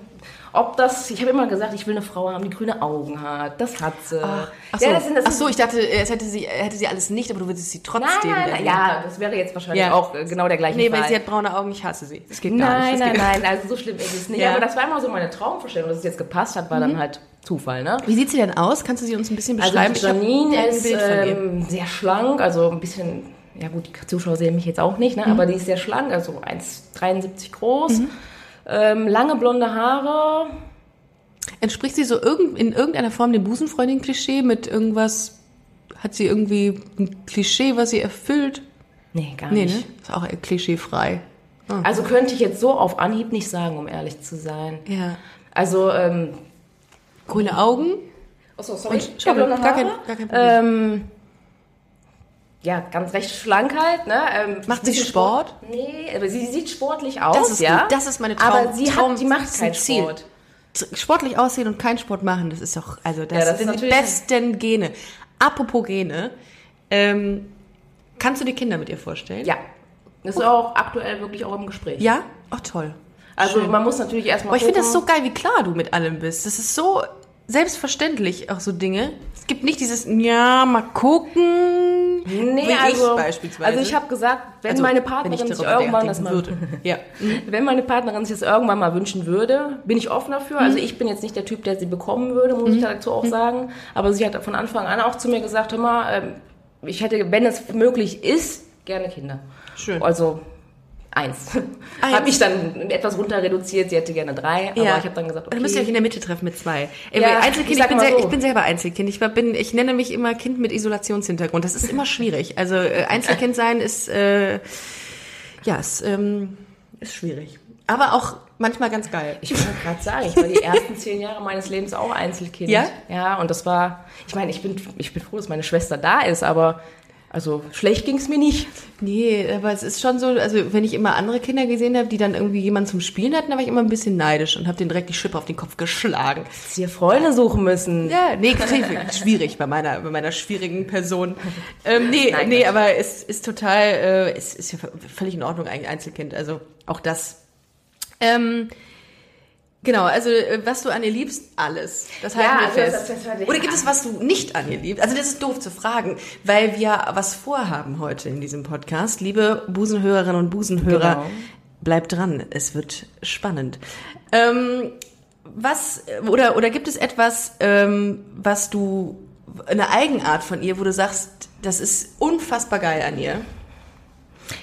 Speaker 3: ob das, ich habe immer gesagt, ich will eine Frau haben, die grüne Augen hat, das hat sie.
Speaker 2: Ah, Ach so,
Speaker 3: ja, das sind, das
Speaker 2: Ach
Speaker 3: sind
Speaker 2: so ich dachte, äh, es hätte sie, hätte sie alles nicht, aber du würdest sie trotzdem.
Speaker 3: Nein, nein, nein,
Speaker 2: lieben.
Speaker 3: ja, das wäre jetzt wahrscheinlich
Speaker 2: Ja.
Speaker 3: auch äh, genau der gleiche
Speaker 2: Nee,
Speaker 3: Fall.
Speaker 2: weil sie hat braune Augen, ich hasse sie. Das geht gar
Speaker 3: Nein,
Speaker 2: nicht. Das
Speaker 3: nein,
Speaker 2: geht
Speaker 3: nein, also so schlimm ist es nicht.
Speaker 2: Ja. Mhm.
Speaker 3: Aber das war immer so meine Traumvorstellung, dass es jetzt gepasst hat, war dann halt Zufall, ne?
Speaker 2: Wie sieht sie denn aus? Kannst du sie uns ein bisschen
Speaker 3: Also
Speaker 2: beschreiben?
Speaker 3: Janine
Speaker 2: ich hab kein
Speaker 3: ist
Speaker 2: Bild von ihr.
Speaker 3: ähm, sehr schlank, also ein bisschen, ja gut, die Zuschauer sehen mich jetzt auch nicht,
Speaker 2: Mhm.
Speaker 3: ne? aber die ist sehr schlank, also 1,73 groß, ähm, lange blonde Haare,
Speaker 2: Entspricht sie so irgend, in irgendeiner Form dem Busenfreundin-Klischee mit irgendwas? Hat sie irgendwie ein Klischee, was sie erfüllt?
Speaker 3: nee, gar
Speaker 2: Nee,
Speaker 3: nicht.
Speaker 2: ne? Ist auch eher klischeefrei. Ah.
Speaker 3: Also könnte ich jetzt so auf Anhieb nicht sagen, um ehrlich zu sein.
Speaker 2: Ja.
Speaker 3: Also, ähm,
Speaker 2: Grüne Augen?
Speaker 3: achso, sorry,
Speaker 2: Und
Speaker 3: ich hab blonde
Speaker 2: gar, kein,
Speaker 3: Haare.
Speaker 2: gar kein Problem.
Speaker 3: Ähm, ja, ganz recht schlank halt. Ne? Ähm,
Speaker 2: Macht sie
Speaker 3: bisschen
Speaker 2: Sport?
Speaker 3: Nee, aber sie sieht sportlich aus,
Speaker 2: Das ist
Speaker 3: ja.
Speaker 2: gut, das ist meine Traum-
Speaker 3: Aber sie
Speaker 2: Traum-
Speaker 3: hat, die macht
Speaker 2: ist ein
Speaker 3: keinen
Speaker 2: Ziel.
Speaker 3: Sport.
Speaker 2: sportlich aussehen und keinen Sport machen, das ist doch, also das,
Speaker 3: Ja, das ist
Speaker 2: sind die
Speaker 3: natürlich-
Speaker 2: besten Gene. Apropos Gene, ähm, Kannst du dir Kinder mit ihr vorstellen?
Speaker 3: Ja. Das ist auch aktuell wirklich auch im Gespräch.
Speaker 2: Ja? Ach toll.
Speaker 3: Also
Speaker 2: schön.
Speaker 3: man muss natürlich erstmal.
Speaker 2: Aber ich finde das so
Speaker 3: gucken.
Speaker 2: geil, wie klar du mit allem bist. Das ist so selbstverständlich, auch so Dinge. Es gibt nicht dieses, ja, mal gucken. wie
Speaker 3: Nee,
Speaker 2: ich
Speaker 3: also,
Speaker 2: beispielsweise.
Speaker 3: also ich habe gesagt, wenn
Speaker 2: Also,
Speaker 3: meine
Speaker 2: wenn
Speaker 3: Partnerin sich
Speaker 2: darüber
Speaker 3: irgendwann das
Speaker 2: nachdenken
Speaker 3: mal
Speaker 2: würde.
Speaker 3: [LAUGHS]
Speaker 2: Ja.
Speaker 3: Wenn meine Partnerin sich das irgendwann mal wünschen würde, bin ich offen dafür. Also
Speaker 2: Mhm.
Speaker 3: ich bin jetzt nicht der Typ, der sie bekommen würde, muss ich dazu auch sagen. Aber sie hat von Anfang an auch zu mir gesagt, hör mal, ähm, ich hätte, wenn es möglich ist, gerne Kinder.
Speaker 2: Schön. Ah,
Speaker 3: Also eins.
Speaker 2: Eins.
Speaker 3: Habe ich dann etwas runter reduziert. Sie hätte gerne drei. Aber ich habe dann gesagt, okay.
Speaker 2: Dann müsst ihr euch in der Mitte treffen mit zwei. Ey,
Speaker 3: Ja,
Speaker 2: Einzelkind,
Speaker 3: ich
Speaker 2: ich,
Speaker 3: sag
Speaker 2: bin
Speaker 3: mal
Speaker 2: sehr,
Speaker 3: so.
Speaker 2: ich bin selber Einzelkind. Ich, war- bin, ich nenne mich immer Kind mit Isolationshintergrund. Das ist immer schwierig. Also äh, Einzelkind sein ist, äh, ja, ist, ähm, ist schwierig. Aber auch manchmal ganz geil.
Speaker 3: Ich wollte
Speaker 2: [LAUGHS]
Speaker 3: gerade sagen, ich war die ersten zehn Jahre meines Lebens auch Einzelkind.
Speaker 2: Ja?
Speaker 3: Ja, und das war, ich meine, ich bin, ich bin froh, dass meine Schwester da ist, aber also schlecht ging es mir nicht.
Speaker 2: Nee, aber es ist schon so, also wenn ich immer andere Kinder gesehen habe, die dann irgendwie jemanden zum Spielen hatten, da war ich immer ein bisschen neidisch und habe denen direkt die Schippe auf den Kopf geschlagen.
Speaker 3: Dass wir Freunde suchen müssen.
Speaker 2: Ja, nee, natürlich, schwierig bei meiner, bei meiner schwierigen Person. Ähm, nee,
Speaker 3: Nein,
Speaker 2: nee, aber es ist total, äh, es ist ja v- völlig in Ordnung, ein Einzelkind. Also auch das. Ähm, genau, also äh, was du an ihr liebst, alles. Das halten wir
Speaker 3: also das-
Speaker 2: fest.
Speaker 3: das war der-
Speaker 2: Oder gibt es was du nicht an ihr liebst? Also das ist doof zu fragen, weil wir was vorhaben heute in diesem Podcast. Liebe Busenhörerinnen und Busenhörer,
Speaker 3: Genau.
Speaker 2: bleibt dran, es wird spannend. Ähm, was oder oder gibt es etwas, ähm, was du eine Eigenart von ihr, wo du sagst, das ist unfassbar geil an ihr?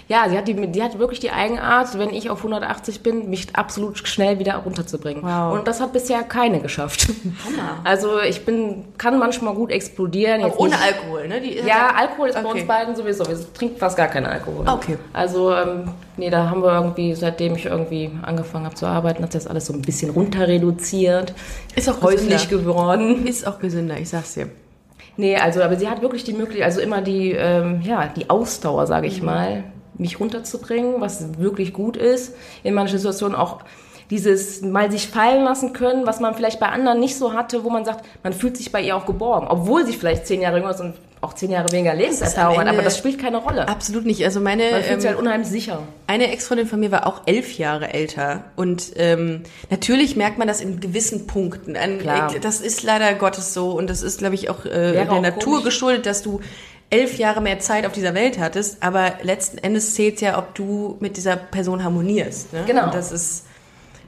Speaker 3: Ja, sie hat, die, die hat wirklich die Eigenart, wenn ich auf 180 bin, mich absolut schnell wieder runterzubringen.
Speaker 2: Wow.
Speaker 3: Und das hat bisher keine geschafft.
Speaker 2: Hammer.
Speaker 3: [LAUGHS] Also ich bin, kann manchmal gut explodieren.
Speaker 2: Aber
Speaker 3: jetzt
Speaker 2: ohne
Speaker 3: nicht-
Speaker 2: Alkohol, ne? Die,
Speaker 3: Ja, Alkohol ist bei
Speaker 2: Okay.
Speaker 3: uns beiden sowieso. Wir trinken fast gar keinen Alkohol.
Speaker 2: Okay.
Speaker 3: Also, ähm, nee, da haben wir irgendwie, seitdem ich irgendwie angefangen habe zu arbeiten, hat sich das alles so ein bisschen runter reduziert.
Speaker 2: Ist auch
Speaker 3: häuslich geworden.
Speaker 2: Ist auch gesünder, ich sag's dir.
Speaker 3: Nee, also, aber sie hat wirklich die Möglichkeit, also immer die, ähm, ja, die Ausdauer, sage
Speaker 2: Mhm.
Speaker 3: ich mal, mich runterzubringen, was wirklich gut ist. In manchen Situationen auch dieses mal sich fallen lassen können, was man vielleicht bei anderen nicht so hatte, wo man sagt, man fühlt sich bei ihr auch geborgen, obwohl sie vielleicht zehn Jahre jünger ist und auch zehn Jahre weniger Lebenserfahrung
Speaker 2: am
Speaker 3: hat, aber
Speaker 2: Ende-
Speaker 3: das spielt keine Rolle.
Speaker 2: Absolut nicht. Also meine
Speaker 3: Man fühlt
Speaker 2: ähm,
Speaker 3: sich halt unheimlich sicher.
Speaker 2: Eine Ex-Freundin von mir war auch elf Jahre älter. Und ähm, natürlich merkt man das in gewissen Punkten. Ein,
Speaker 3: Klar.
Speaker 2: äh, Das ist leider Gottes so. Und das ist, glaube ich, auch äh,
Speaker 3: Wäre
Speaker 2: der
Speaker 3: auch
Speaker 2: Natur
Speaker 3: komisch.
Speaker 2: geschuldet, dass du elf Jahre mehr Zeit auf dieser Welt hattest. Aber letzten Endes zählt ja, ob du mit dieser Person harmonierst. Ne?
Speaker 3: Genau.
Speaker 2: Und das ist,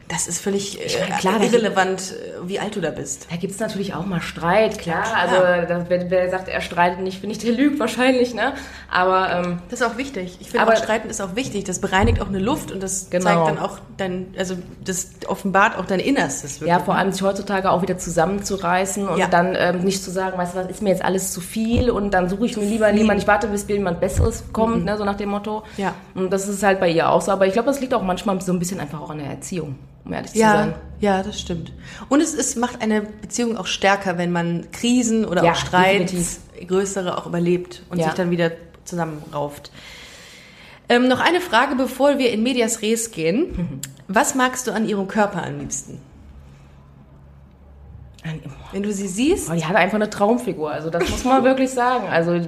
Speaker 2: das ist völlig äh,
Speaker 3: meine, klar, da-
Speaker 2: irrelevant, äh, wie alt du da bist.
Speaker 3: Da gibt's natürlich auch mal Streit, klar. Also da, wer, wer sagt, er streitet nicht, finde ich, der lügt wahrscheinlich, ne? Aber ähm,
Speaker 2: Das ist auch wichtig. Ich finde,
Speaker 3: Aber-
Speaker 2: auch Streiten ist auch wichtig. Das bereinigt auch eine Luft und das
Speaker 3: Genau.
Speaker 2: zeigt dann auch dein, also das offenbart auch dein Innerstes.
Speaker 3: Ja, vor allem sich heutzutage auch wieder zusammenzureißen und
Speaker 2: Ja.
Speaker 3: dann ähm, nicht zu sagen, weißt du was, ist mir jetzt alles zu viel und dann suche ich mir lieber jemanden, ich warte, bis mir jemand Besseres kommt, ne, so nach dem Motto.
Speaker 2: Mhm. Ja.
Speaker 3: Und das ist halt bei ihr auch so, aber ich glaube, das liegt auch manchmal so ein bisschen einfach auch an der Erziehung, um ehrlich zu
Speaker 2: Ja,
Speaker 3: sein.
Speaker 2: ja, das stimmt. Und es ist, macht eine Beziehung auch stärker, wenn man Krisen oder
Speaker 3: Ja,
Speaker 2: auch Streit,
Speaker 3: definitiv.
Speaker 2: größere auch überlebt und
Speaker 3: Ja.
Speaker 2: sich dann wieder zusammenrauft. Ähm, noch eine Frage, bevor wir in Medias Res
Speaker 3: [LAUGHS]
Speaker 2: gehen. Was magst du an ihrem Körper am liebsten? Wenn du sie siehst,
Speaker 3: Aber die hat einfach eine Traumfigur, also das muss man [LAUGHS] wirklich sagen. Also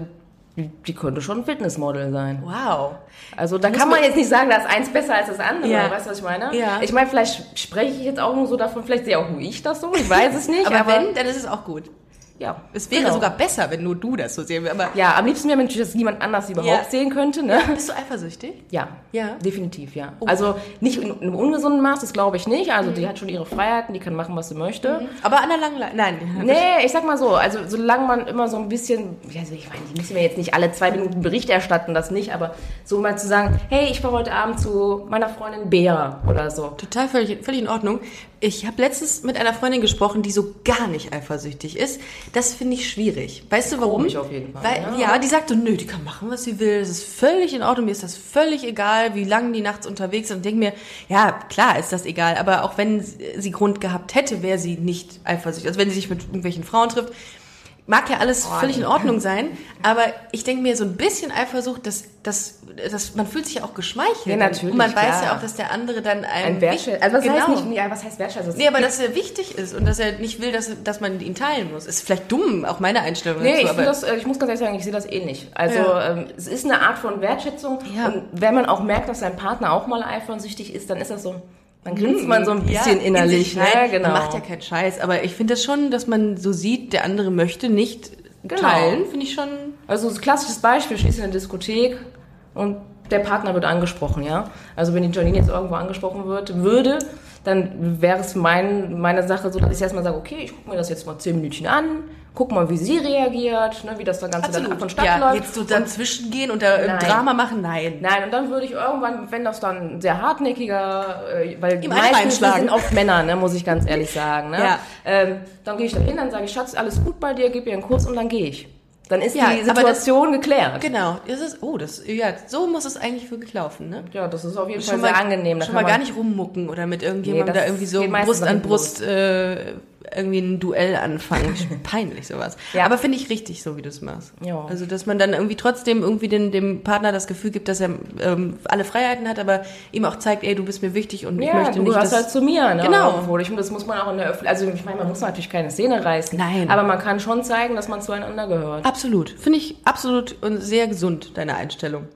Speaker 3: die, die könnte schon ein Fitnessmodel sein.
Speaker 2: wow.
Speaker 3: Also da
Speaker 2: Muss
Speaker 3: kann man
Speaker 2: man-
Speaker 3: jetzt nicht sagen, da ist eins besser als das andere.
Speaker 2: Ja.
Speaker 3: Weißt du, was ich meine?
Speaker 2: Ja.
Speaker 3: Ich meine, vielleicht spreche ich jetzt auch nur so davon, vielleicht sehe auch nur ich das so, ich weiß es
Speaker 2: [LAUGHS]
Speaker 3: nicht.
Speaker 2: aber,
Speaker 3: aber,
Speaker 2: wenn, dann ist es auch gut.
Speaker 3: ja.
Speaker 2: Es wäre
Speaker 3: Genau.
Speaker 2: sogar besser, wenn nur du das so sehen würdest. Aber
Speaker 3: Ja, am liebsten wäre mir natürlich, dass niemand anders sie überhaupt
Speaker 2: Ja.
Speaker 3: sehen könnte. Ne?
Speaker 2: bist du eifersüchtig?
Speaker 3: Ja.
Speaker 2: Ja. Oh.
Speaker 3: definitiv, ja. Also nicht in einem ungesunden Maß, das glaube ich nicht. Also
Speaker 2: Mhm.
Speaker 3: die hat schon ihre Freiheiten, die kann machen, was sie möchte.
Speaker 2: Aber an der langen Leine.
Speaker 3: [LAUGHS]
Speaker 2: Nein.
Speaker 3: Nee, ich sag mal so, also solange man immer so ein bisschen, ja, also ich meine, die müssen wir jetzt nicht alle zwei Minuten Bericht erstatten, das nicht, aber so mal zu sagen, hey, ich war heute Abend zu meiner Freundin Bea oder so.
Speaker 2: Total völlig, völlig in Ordnung. Ich habe letztens mit einer Freundin gesprochen, die so gar nicht eifersüchtig ist. Das finde ich schwierig. Weißt du warum?
Speaker 3: Komisch auf jeden Fall, ne?
Speaker 2: Weil, ja. die sagt so, nö, die kann machen, was sie will. Das ist völlig in Ordnung. Mir ist das völlig egal, wie lange die nachts unterwegs sind. Und denke mir, ja, klar ist das egal. Aber auch wenn sie Grund gehabt hätte, wäre sie nicht eifersüchtig. Also wenn sie sich mit irgendwelchen Frauen trifft, Mag ja alles
Speaker 3: Oh,
Speaker 2: völlig in Ordnung sein, aber ich denke mir so ein bisschen Eifersucht, dass, dass, dass man fühlt sich ja auch geschmeichelt.
Speaker 3: Ja, natürlich,
Speaker 2: Und man weiß
Speaker 3: klar.
Speaker 2: ja auch, dass der andere dann einen
Speaker 3: Ein Wertschätzung. Also was
Speaker 2: genau.
Speaker 3: heißt nicht, ja, was heißt Wertschätzung?
Speaker 2: Nee, aber dass er wichtig ist und dass er nicht will, dass, dass man ihn teilen muss. Ist vielleicht dumm, auch meine Einstellung
Speaker 3: Nee,
Speaker 2: dazu,
Speaker 3: ich,
Speaker 2: aber
Speaker 3: find das, äh, ich muss ganz ehrlich sagen, ich sehe das ähnlich. Also
Speaker 2: Ja.
Speaker 3: ähm, es ist eine Art von Wertschätzung.
Speaker 2: Ja.
Speaker 3: Und wenn man auch merkt, dass sein Partner auch mal eifersüchtig ist, dann ist das so, dann grinst man so ein
Speaker 2: Mhm. Ja,
Speaker 3: bisschen
Speaker 2: in
Speaker 3: innerlich.
Speaker 2: sich rein.
Speaker 3: ne? genau.
Speaker 2: Man macht ja keinen Scheiß, aber ich finde das schon, dass man so sieht, der andere möchte nicht
Speaker 3: Genau.
Speaker 2: teilen, finde ich schon.
Speaker 3: also so ein klassisches Beispiel, schließt in der Diskothek und der Partner wird angesprochen, ja. Also wenn die Janine jetzt irgendwo angesprochen wird, würde, dann wäre es mein, meine Sache so, dass ich erstmal sage, okay, ich gucke mir das jetzt mal zehn Minütchen an, guck mal, wie sie reagiert, ne, wie das dann Ganze dann ab und statt
Speaker 2: ja,
Speaker 3: läuft.
Speaker 2: jetzt so dazwischen gehen und da
Speaker 3: Nein.
Speaker 2: äh, Drama machen, nein.
Speaker 3: Nein, und dann würde ich irgendwann, wenn das dann sehr hartnäckiger, äh, weil die
Speaker 2: Ihm ein Bein
Speaker 3: meisten
Speaker 2: schlagen.
Speaker 3: sind oft Männer, ne, muss ich ganz
Speaker 2: [LAUGHS]
Speaker 3: ehrlich sagen. Ne?
Speaker 2: Ja.
Speaker 3: Ähm, dann gehe ich da hin, dann sage ich, Schatz, alles gut bei dir, gib ihr einen Kuss und dann gehe ich. Dann ist
Speaker 2: Ja,
Speaker 3: die
Speaker 2: aber
Speaker 3: Situation geklärt.
Speaker 2: Genau, das ist, oh, das, ja, so muss es eigentlich wirklich laufen, ne?
Speaker 3: Ja, das ist auf jeden Fall sehr angenehm. Da
Speaker 2: schon
Speaker 3: kann
Speaker 2: mal gar
Speaker 3: man-
Speaker 2: nicht rummucken oder mit irgendjemandem
Speaker 3: Nee, das
Speaker 2: da irgendwie so
Speaker 3: geht meistens
Speaker 2: Brust an
Speaker 3: damit
Speaker 2: Brust äh, irgendwie ein Duell
Speaker 3: [LAUGHS]
Speaker 2: anfangen. Peinlich sowas.
Speaker 3: Ja.
Speaker 2: Aber finde ich richtig, so wie du es machst.
Speaker 3: Ja.
Speaker 2: Also, dass man dann irgendwie trotzdem irgendwie den, dem Partner das Gefühl gibt, dass er ähm, alle Freiheiten hat, aber ihm auch zeigt, ey, du bist mir wichtig und ich
Speaker 3: Ja,
Speaker 2: möchte
Speaker 3: du
Speaker 2: nicht,
Speaker 3: gehörst
Speaker 2: dass...
Speaker 3: halt zu mir. Ne?
Speaker 2: Genau.
Speaker 3: Obwohl, ich, das muss man auch in der Öffentlichkeit, also ich meine, man muss natürlich keine Szene reißen.
Speaker 2: Nein.
Speaker 3: Aber man kann schon zeigen, dass man zueinander gehört.
Speaker 2: Absolut. Finde ich absolut und sehr gesund, deine Einstellung.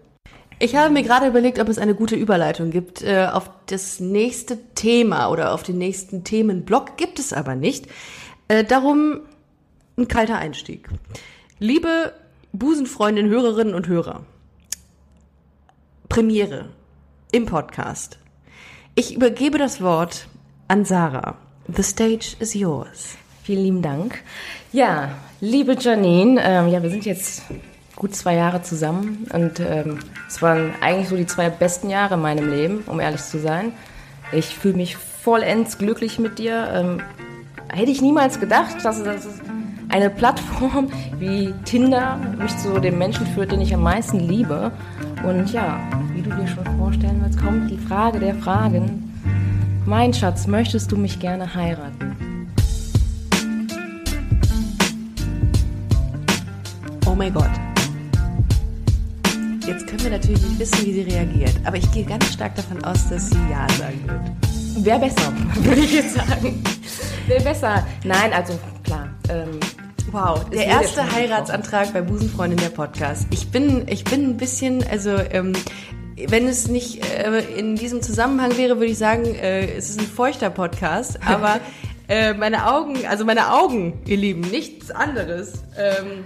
Speaker 2: Ich habe mir gerade überlegt, ob es eine gute Überleitung gibt äh, auf das nächste Thema oder auf den nächsten Themenblock. Gibt es aber nicht. Äh, darum ein kalter Einstieg. Liebe Busenfreundin, Hörerinnen und Hörer. Premiere im Podcast. Ich übergebe das Wort an Sarah. The stage is yours.
Speaker 3: Vielen lieben Dank. Ja, liebe Janine, ähm, ja, wir sind jetzt gut zwei Jahre zusammen und ähm, es waren eigentlich so die zwei besten Jahre in meinem Leben, um ehrlich zu sein. Ich fühle mich vollends glücklich mit dir. Ähm, hätte ich niemals gedacht, dass, dass es eine Plattform [LAUGHS] wie Tinder mich zu dem Menschen führt, den ich am meisten liebe. Und ja, wie du dir schon vorstellen willst, kommt die Frage der Fragen. Mein Schatz, möchtest du mich gerne heiraten?
Speaker 2: Oh mein Gott. Jetzt können wir natürlich nicht wissen, wie sie reagiert. Aber ich gehe ganz stark davon aus, dass sie Ja sagen wird.
Speaker 3: Wäre besser, [LAUGHS] würde ich jetzt sagen. Wäre besser. Nein, also klar. Ähm,
Speaker 2: Wow, der
Speaker 3: wird jetzt schon
Speaker 2: erste
Speaker 3: gesprochen.
Speaker 2: Heiratsantrag bei Busenfreundin der Podcast. Ich bin, ich bin ein bisschen, also ähm, wenn es nicht äh, in diesem Zusammenhang wäre, würde ich sagen, äh, es ist ein feuchter
Speaker 3: [LAUGHS]
Speaker 2: Podcast. Aber äh, meine Augen, also meine Augen, ihr Lieben, nichts anderes. Ähm,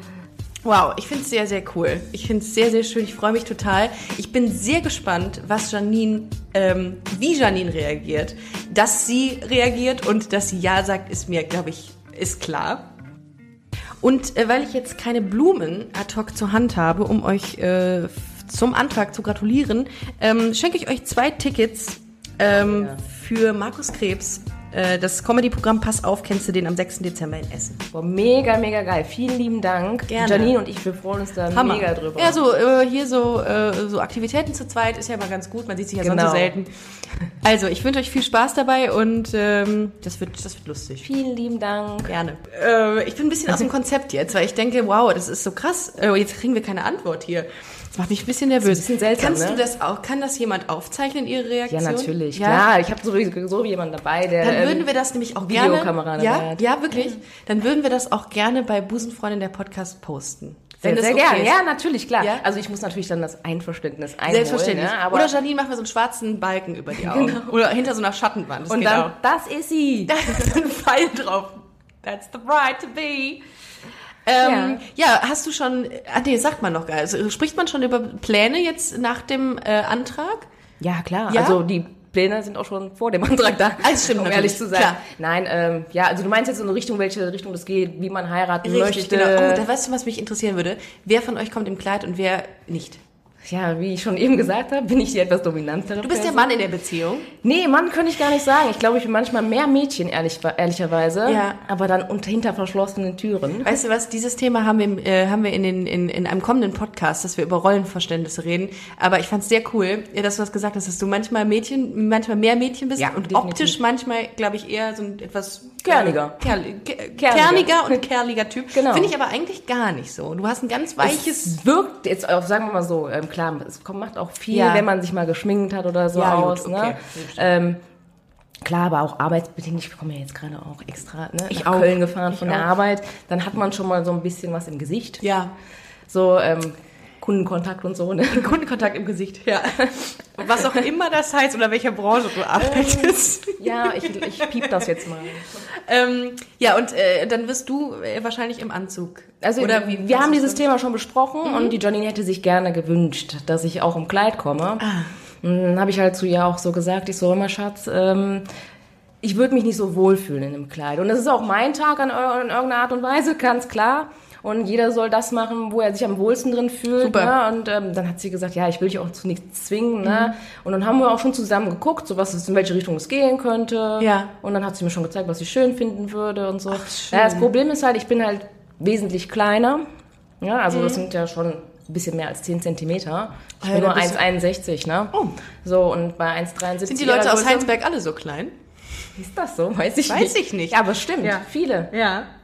Speaker 2: Wow, ich finde es sehr, sehr cool. Ich finde es sehr, sehr schön. Ich freue mich total. Ich bin sehr gespannt, was Janine, ähm, wie Janine reagiert. Dass sie reagiert und dass sie Ja sagt, ist mir, glaube ich, ist klar. Und äh, weil ich jetzt keine Blumen ad hoc zur Hand habe, um euch äh, f- zum Antrag zu gratulieren, ähm, schenke ich euch zwei Tickets ähm, für Markus Krebs. Äh, das Comedy-Programm Pass auf, kennst du den am 6. Dezember in Essen.
Speaker 3: boah, mega, mega geil. Vielen lieben Dank.
Speaker 2: Gerne.
Speaker 3: Janine und ich, wir freuen uns da
Speaker 2: Hammer.
Speaker 3: mega drüber.
Speaker 2: Ja, so äh, hier so, äh, so Aktivitäten zu zweit ist ja immer ganz gut. Man sieht sich ja sonst
Speaker 3: Genau.
Speaker 2: so selten. Also, ich wünsche euch viel Spaß dabei und ähm, das, wird, das wird lustig.
Speaker 3: Vielen lieben Dank.
Speaker 2: Gerne. Äh, ich bin ein bisschen aus dem Konzept jetzt, weil ich denke, wow, das ist so krass. Äh, jetzt kriegen wir keine Antwort hier. Das macht mich ein bisschen nervös.
Speaker 3: bisschen seltsam,
Speaker 2: Kannst
Speaker 3: ne?
Speaker 2: du das auch? Kann das jemand aufzeichnen, ihre
Speaker 3: Ja,
Speaker 2: Reaktion?
Speaker 3: natürlich, klar. Ich habe sowieso so jemanden dabei, der.
Speaker 2: Dann
Speaker 3: ähm,
Speaker 2: würden wir das nämlich auch gerne.
Speaker 3: Videokamera dabei
Speaker 2: ja,
Speaker 3: hat.
Speaker 2: ja, wirklich. Dann würden wir das auch gerne bei Busenfreundin der Podcast posten.
Speaker 3: sehr,
Speaker 2: das
Speaker 3: sehr
Speaker 2: okay
Speaker 3: gerne.
Speaker 2: ist.
Speaker 3: Ja, natürlich, klar.
Speaker 2: Ja.
Speaker 3: Also ich muss natürlich dann das Einverständnis einholen.
Speaker 2: Selbstverständlich.
Speaker 3: Ne? Aber Genau.
Speaker 2: oder Janine macht mir so einen schwarzen Balken über die
Speaker 3: [LAUGHS]
Speaker 2: Augen. Oder hinter so einer Schattenwand. Das
Speaker 3: und
Speaker 2: geht
Speaker 3: dann,
Speaker 2: auch.
Speaker 3: das ist sie.
Speaker 2: Da
Speaker 3: [LAUGHS]
Speaker 2: ist ein Pfeil drauf. [LAUGHS] That's the bride to be. Ähm, ja. hast du schon. Ah, nee, sagt man noch gar nicht. Also, spricht man schon über Pläne jetzt nach dem äh, Antrag?
Speaker 3: Ja, klar.
Speaker 2: Ja?
Speaker 3: Also die Pläne sind auch schon vor dem Antrag da.
Speaker 2: Also stimmt
Speaker 3: um
Speaker 2: natürlich,
Speaker 3: ehrlich zu sein.
Speaker 2: klar.
Speaker 3: Nein, ähm, ja, also du meinst jetzt so eine Richtung, welche Richtung das geht, wie man heiraten möchte.
Speaker 2: Oh, genau. Oh, da weißt du, was mich interessieren würde? Wer von euch kommt im Kleid und wer nicht?
Speaker 3: Ja, wie ich schon eben gesagt habe, bin ich die etwas dominantere.
Speaker 2: Du bist der Mann in der Beziehung.
Speaker 3: Nee, Mann könnte ich gar nicht sagen. Ich glaube, ich bin manchmal mehr Mädchen, ehrlich, ehrlicherweise.
Speaker 2: Ja.
Speaker 3: Aber dann unter, hinter verschlossenen Türen.
Speaker 2: Weißt du was, dieses Thema haben wir, im, äh, haben wir in, den, in, in einem kommenden Podcast, dass wir über Rollenverständnisse reden. Aber ich fand es sehr cool, ja, dass du das gesagt hast, dass du manchmal Mädchen, manchmal mehr Mädchen bist
Speaker 3: Ja,
Speaker 2: und
Speaker 3: definitiv.
Speaker 2: optisch manchmal, glaube ich, eher so ein etwas
Speaker 3: Kerniger.
Speaker 2: Kerl, ke-
Speaker 3: Kerniger.
Speaker 2: kerniger und [LAUGHS] kerliger Typ.
Speaker 3: Genau.
Speaker 2: Finde ich aber eigentlich gar nicht so. Du hast ein ganz weiches.
Speaker 3: Es wirkt jetzt auch, sagen wir mal so, ähm, klar, es kommt, macht auch viel,
Speaker 2: Ja.
Speaker 3: wenn man sich mal geschminkt hat oder so
Speaker 2: Ja, Ah, gut,
Speaker 3: aus.
Speaker 2: okay. Äh,
Speaker 3: Ne? Ähm, klar, aber auch arbeitsbedingt. Ich komme ja jetzt gerade auch extra ne,
Speaker 2: Ich
Speaker 3: nach
Speaker 2: auch.
Speaker 3: Köln gefahren
Speaker 2: Ich
Speaker 3: von der
Speaker 2: auch.
Speaker 3: Arbeit. Dann hat man schon mal so ein bisschen was im Gesicht.
Speaker 2: ja.
Speaker 3: So ähm, Kundenkontakt und so. Ne?
Speaker 2: Kundenkontakt im Gesicht. Ja. Was auch immer das heißt oder welcher Branche du arbeitest.
Speaker 3: [LAUGHS] Ja, ich, ich piep das jetzt mal.
Speaker 2: [LAUGHS] ähm, ja, und äh, dann wirst du äh, wahrscheinlich im Anzug.
Speaker 3: Also
Speaker 2: oder wie,
Speaker 3: wir
Speaker 2: was
Speaker 3: haben
Speaker 2: ist Mhm.
Speaker 3: dieses
Speaker 2: so?
Speaker 3: Thema schon besprochen und die Janine hätte sich gerne gewünscht, dass ich auch im Kleid komme.
Speaker 2: Ah.
Speaker 3: Und Dann habe ich halt zu ihr auch so gesagt, ich so, immer Schatz, ähm, ich würde mich nicht so wohlfühlen in einem Kleid. Und das ist auch mein Tag an, ir- in irgendeiner Art und Weise, ganz klar. Und jeder soll das machen, wo er sich am wohlsten drin fühlt.
Speaker 2: Super.
Speaker 3: Ne? Und ähm, dann hat sie gesagt, ja, ich will dich auch zu nichts zwingen. Ne?
Speaker 2: Mhm.
Speaker 3: Und dann haben wir auch schon zusammen geguckt, so was, es- in welche Richtung es gehen könnte.
Speaker 2: Ja.
Speaker 3: Und dann hat sie mir schon gezeigt, was sie schön finden würde und so.
Speaker 2: schön.
Speaker 3: Ja, das Problem ist halt, ich bin halt wesentlich kleiner. Ja, also das sind ja schon ein bisschen mehr als 10 Zentimeter.
Speaker 2: Mhm. Ah
Speaker 3: Ich
Speaker 2: ja,
Speaker 3: bin nur
Speaker 2: da bist du-
Speaker 3: 1,61, ne?
Speaker 2: Oh.
Speaker 3: So, und bei 1,73...
Speaker 2: Sind die Leute
Speaker 3: ihrer
Speaker 2: aus
Speaker 3: Größe-
Speaker 2: Heinsberg alle so klein?
Speaker 3: Ist das so? Weiß ich
Speaker 2: Weiß
Speaker 3: nicht.
Speaker 2: ich nicht.
Speaker 3: Ja, aber stimmt.
Speaker 2: Ja.
Speaker 3: Viele.
Speaker 2: Ja.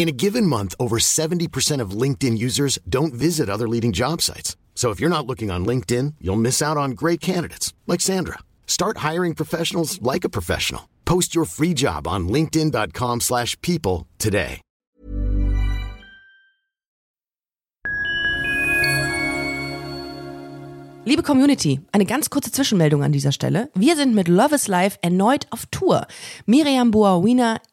Speaker 4: In a given month, over 70% of LinkedIn users don't visit other leading job sites. So if you're not looking on LinkedIn, you'll miss out on great candidates like Sandra. Start hiring professionals like a professional. Post your free job on linkedin.com/people slash people today.
Speaker 5: Liebe Community, eine ganz kurze Zwischenmeldung an dieser Stelle. Wir sind mit Love is Life erneut auf Tour. Miriam Boawina,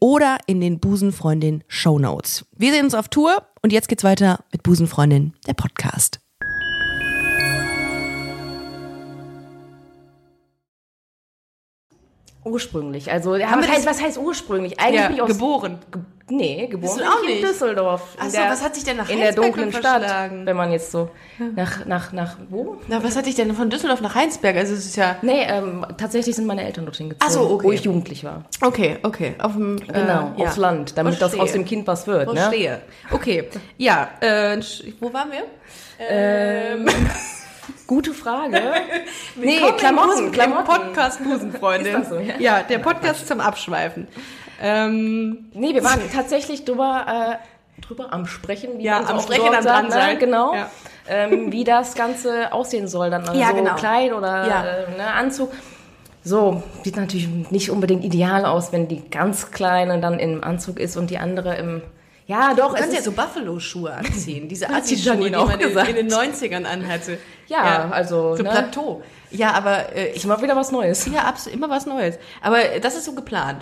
Speaker 5: oder in den Busenfreundin Shownotes. Wir sehen uns auf Tour und jetzt geht's weiter mit Busenfreundin, der Podcast.
Speaker 3: ursprünglich. Also, ja, was,
Speaker 2: wir
Speaker 3: heißt,
Speaker 2: das-
Speaker 3: was heißt ursprünglich? Eigentlich bin ich aus...
Speaker 2: geboren.
Speaker 3: Nee, geboren
Speaker 2: Bist du
Speaker 3: bin
Speaker 2: auch
Speaker 3: ich in
Speaker 2: nicht?
Speaker 3: Düsseldorf.
Speaker 2: Ach
Speaker 3: In
Speaker 2: so, was hat sich denn nach
Speaker 3: In der
Speaker 2: Heinsberg
Speaker 3: dunklen
Speaker 2: denn
Speaker 3: Stadt,
Speaker 2: verschlagen?
Speaker 3: wenn man jetzt so nach, nach, nach wo?
Speaker 2: Na, was hatte ich denn von Düsseldorf nach Heinsberg? Also es ist ja...
Speaker 3: Nee, ähm, tatsächlich sind meine Eltern dorthin gezogen,
Speaker 2: Ach so, okay.
Speaker 3: wo ich jugendlich war.
Speaker 2: Okay, okay. Auf dem, äh,
Speaker 3: Genau,
Speaker 2: ja.
Speaker 3: aufs Land, damit das aus
Speaker 2: Verstehe.
Speaker 3: dem Kind was wird. Ne?
Speaker 2: Verstehe. Okay, ja. Äh, sch- wo waren wir? [LAUGHS]
Speaker 3: Gute Frage. nee,
Speaker 2: Willkommen im Busen-
Speaker 3: Klamotten,
Speaker 2: im
Speaker 3: Klamotten.
Speaker 2: Podcast Busenfreundin.
Speaker 3: Ist das so,
Speaker 2: ja?
Speaker 3: ja?
Speaker 2: der Podcast zum Abschweifen. Ähm,
Speaker 3: Nee, wir waren tatsächlich drüber, äh, drüber am Sprechen. Wie
Speaker 2: Ja,
Speaker 3: man so
Speaker 2: am
Speaker 3: auf
Speaker 2: Sprechen,
Speaker 3: Deutsch
Speaker 2: am
Speaker 3: sagt,
Speaker 2: dran sein.
Speaker 3: Ne? Genau.
Speaker 2: Ja.
Speaker 3: Ähm, wie das Ganze aussehen soll dann. Also
Speaker 2: Ja, genau.
Speaker 3: Kleid oder
Speaker 2: Ja.
Speaker 3: äh, ne, Anzug. So, sieht natürlich nicht unbedingt ideal aus, wenn die ganz Kleine dann im Anzug ist und die andere im... Ja, doch.
Speaker 2: du kannst ja
Speaker 3: ist,
Speaker 2: so Buffalo-Schuhe anziehen. Diese
Speaker 3: Hat die
Speaker 2: Assi-Schuhe, die
Speaker 3: Janine auch
Speaker 2: man in,
Speaker 3: gesagt.
Speaker 2: in den 90ern anhatte.
Speaker 3: Ja, also,
Speaker 2: So
Speaker 3: ne?
Speaker 2: Plateau. Ja, aber äh, ich
Speaker 3: ist immer wieder was Neues.
Speaker 2: Ja, absolut, immer was Neues. Aber äh, das ist so geplant.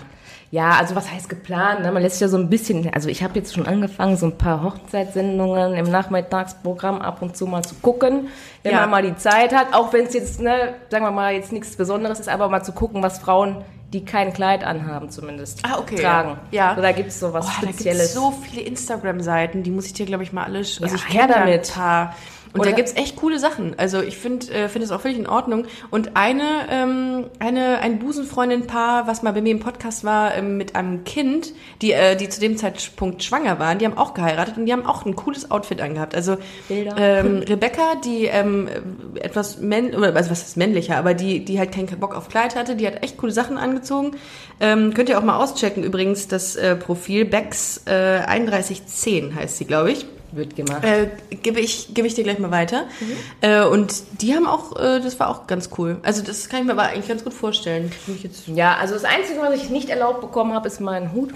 Speaker 3: Ja, also was heißt geplant? Ne? Man lässt sich ja so ein bisschen, also ich habe jetzt schon angefangen, so ein paar Hochzeitssendungen im Nachmittagsprogramm ab und zu mal zu gucken, wenn
Speaker 2: Ja.
Speaker 3: man mal die Zeit hat, auch wenn es jetzt, ne, sagen wir mal, jetzt nichts Besonderes ist, aber mal zu gucken, was Frauen, die kein Kleid anhaben zumindest,
Speaker 2: Ah, okay,
Speaker 3: tragen.
Speaker 2: ja. Ja.
Speaker 3: So, da gibt's so
Speaker 6: Oh,
Speaker 3: was
Speaker 2: Boah, da gibt
Speaker 3: Spezielles.
Speaker 2: es so viele Instagram-Seiten, die muss ich dir, glaube ich, mal alle... sch-
Speaker 3: Ja,
Speaker 2: ich
Speaker 3: her
Speaker 2: kenn da
Speaker 3: damit.
Speaker 2: Ein paar.
Speaker 6: Und da gibt's echt coole Sachen. Also ich finde äh, find es auch völlig in Ordnung. Und eine, ähm, eine ein Busenfreundin-Paar, was mal bei mir im Podcast war, ähm, mit einem Kind, die, äh, die zu dem Zeitpunkt schwanger waren, die haben auch geheiratet und die haben auch ein cooles Outfit angehabt. Also
Speaker 3: Bilder.
Speaker 6: Ähm, Rebecca, die ähm, etwas männ oder also was ist männlicher, aber die, die halt keinen Bock auf Kleid hatte, die hat echt coole Sachen angezogen. Ähm, könnt ihr auch mal auschecken übrigens, das äh, Profil Becks äh, 3110 heißt sie, glaube ich.
Speaker 3: wird gemacht.
Speaker 6: Äh, gebe ich, gebe ich dir gleich mal weiter.
Speaker 3: Mhm.
Speaker 6: Äh, und die haben auch, äh, das war auch ganz cool. Also das kann ich mir aber eigentlich ganz gut vorstellen. Finde ich jetzt-
Speaker 3: Ja, also das Einzige, was ich nicht erlaubt bekommen habe, ist mein Hut.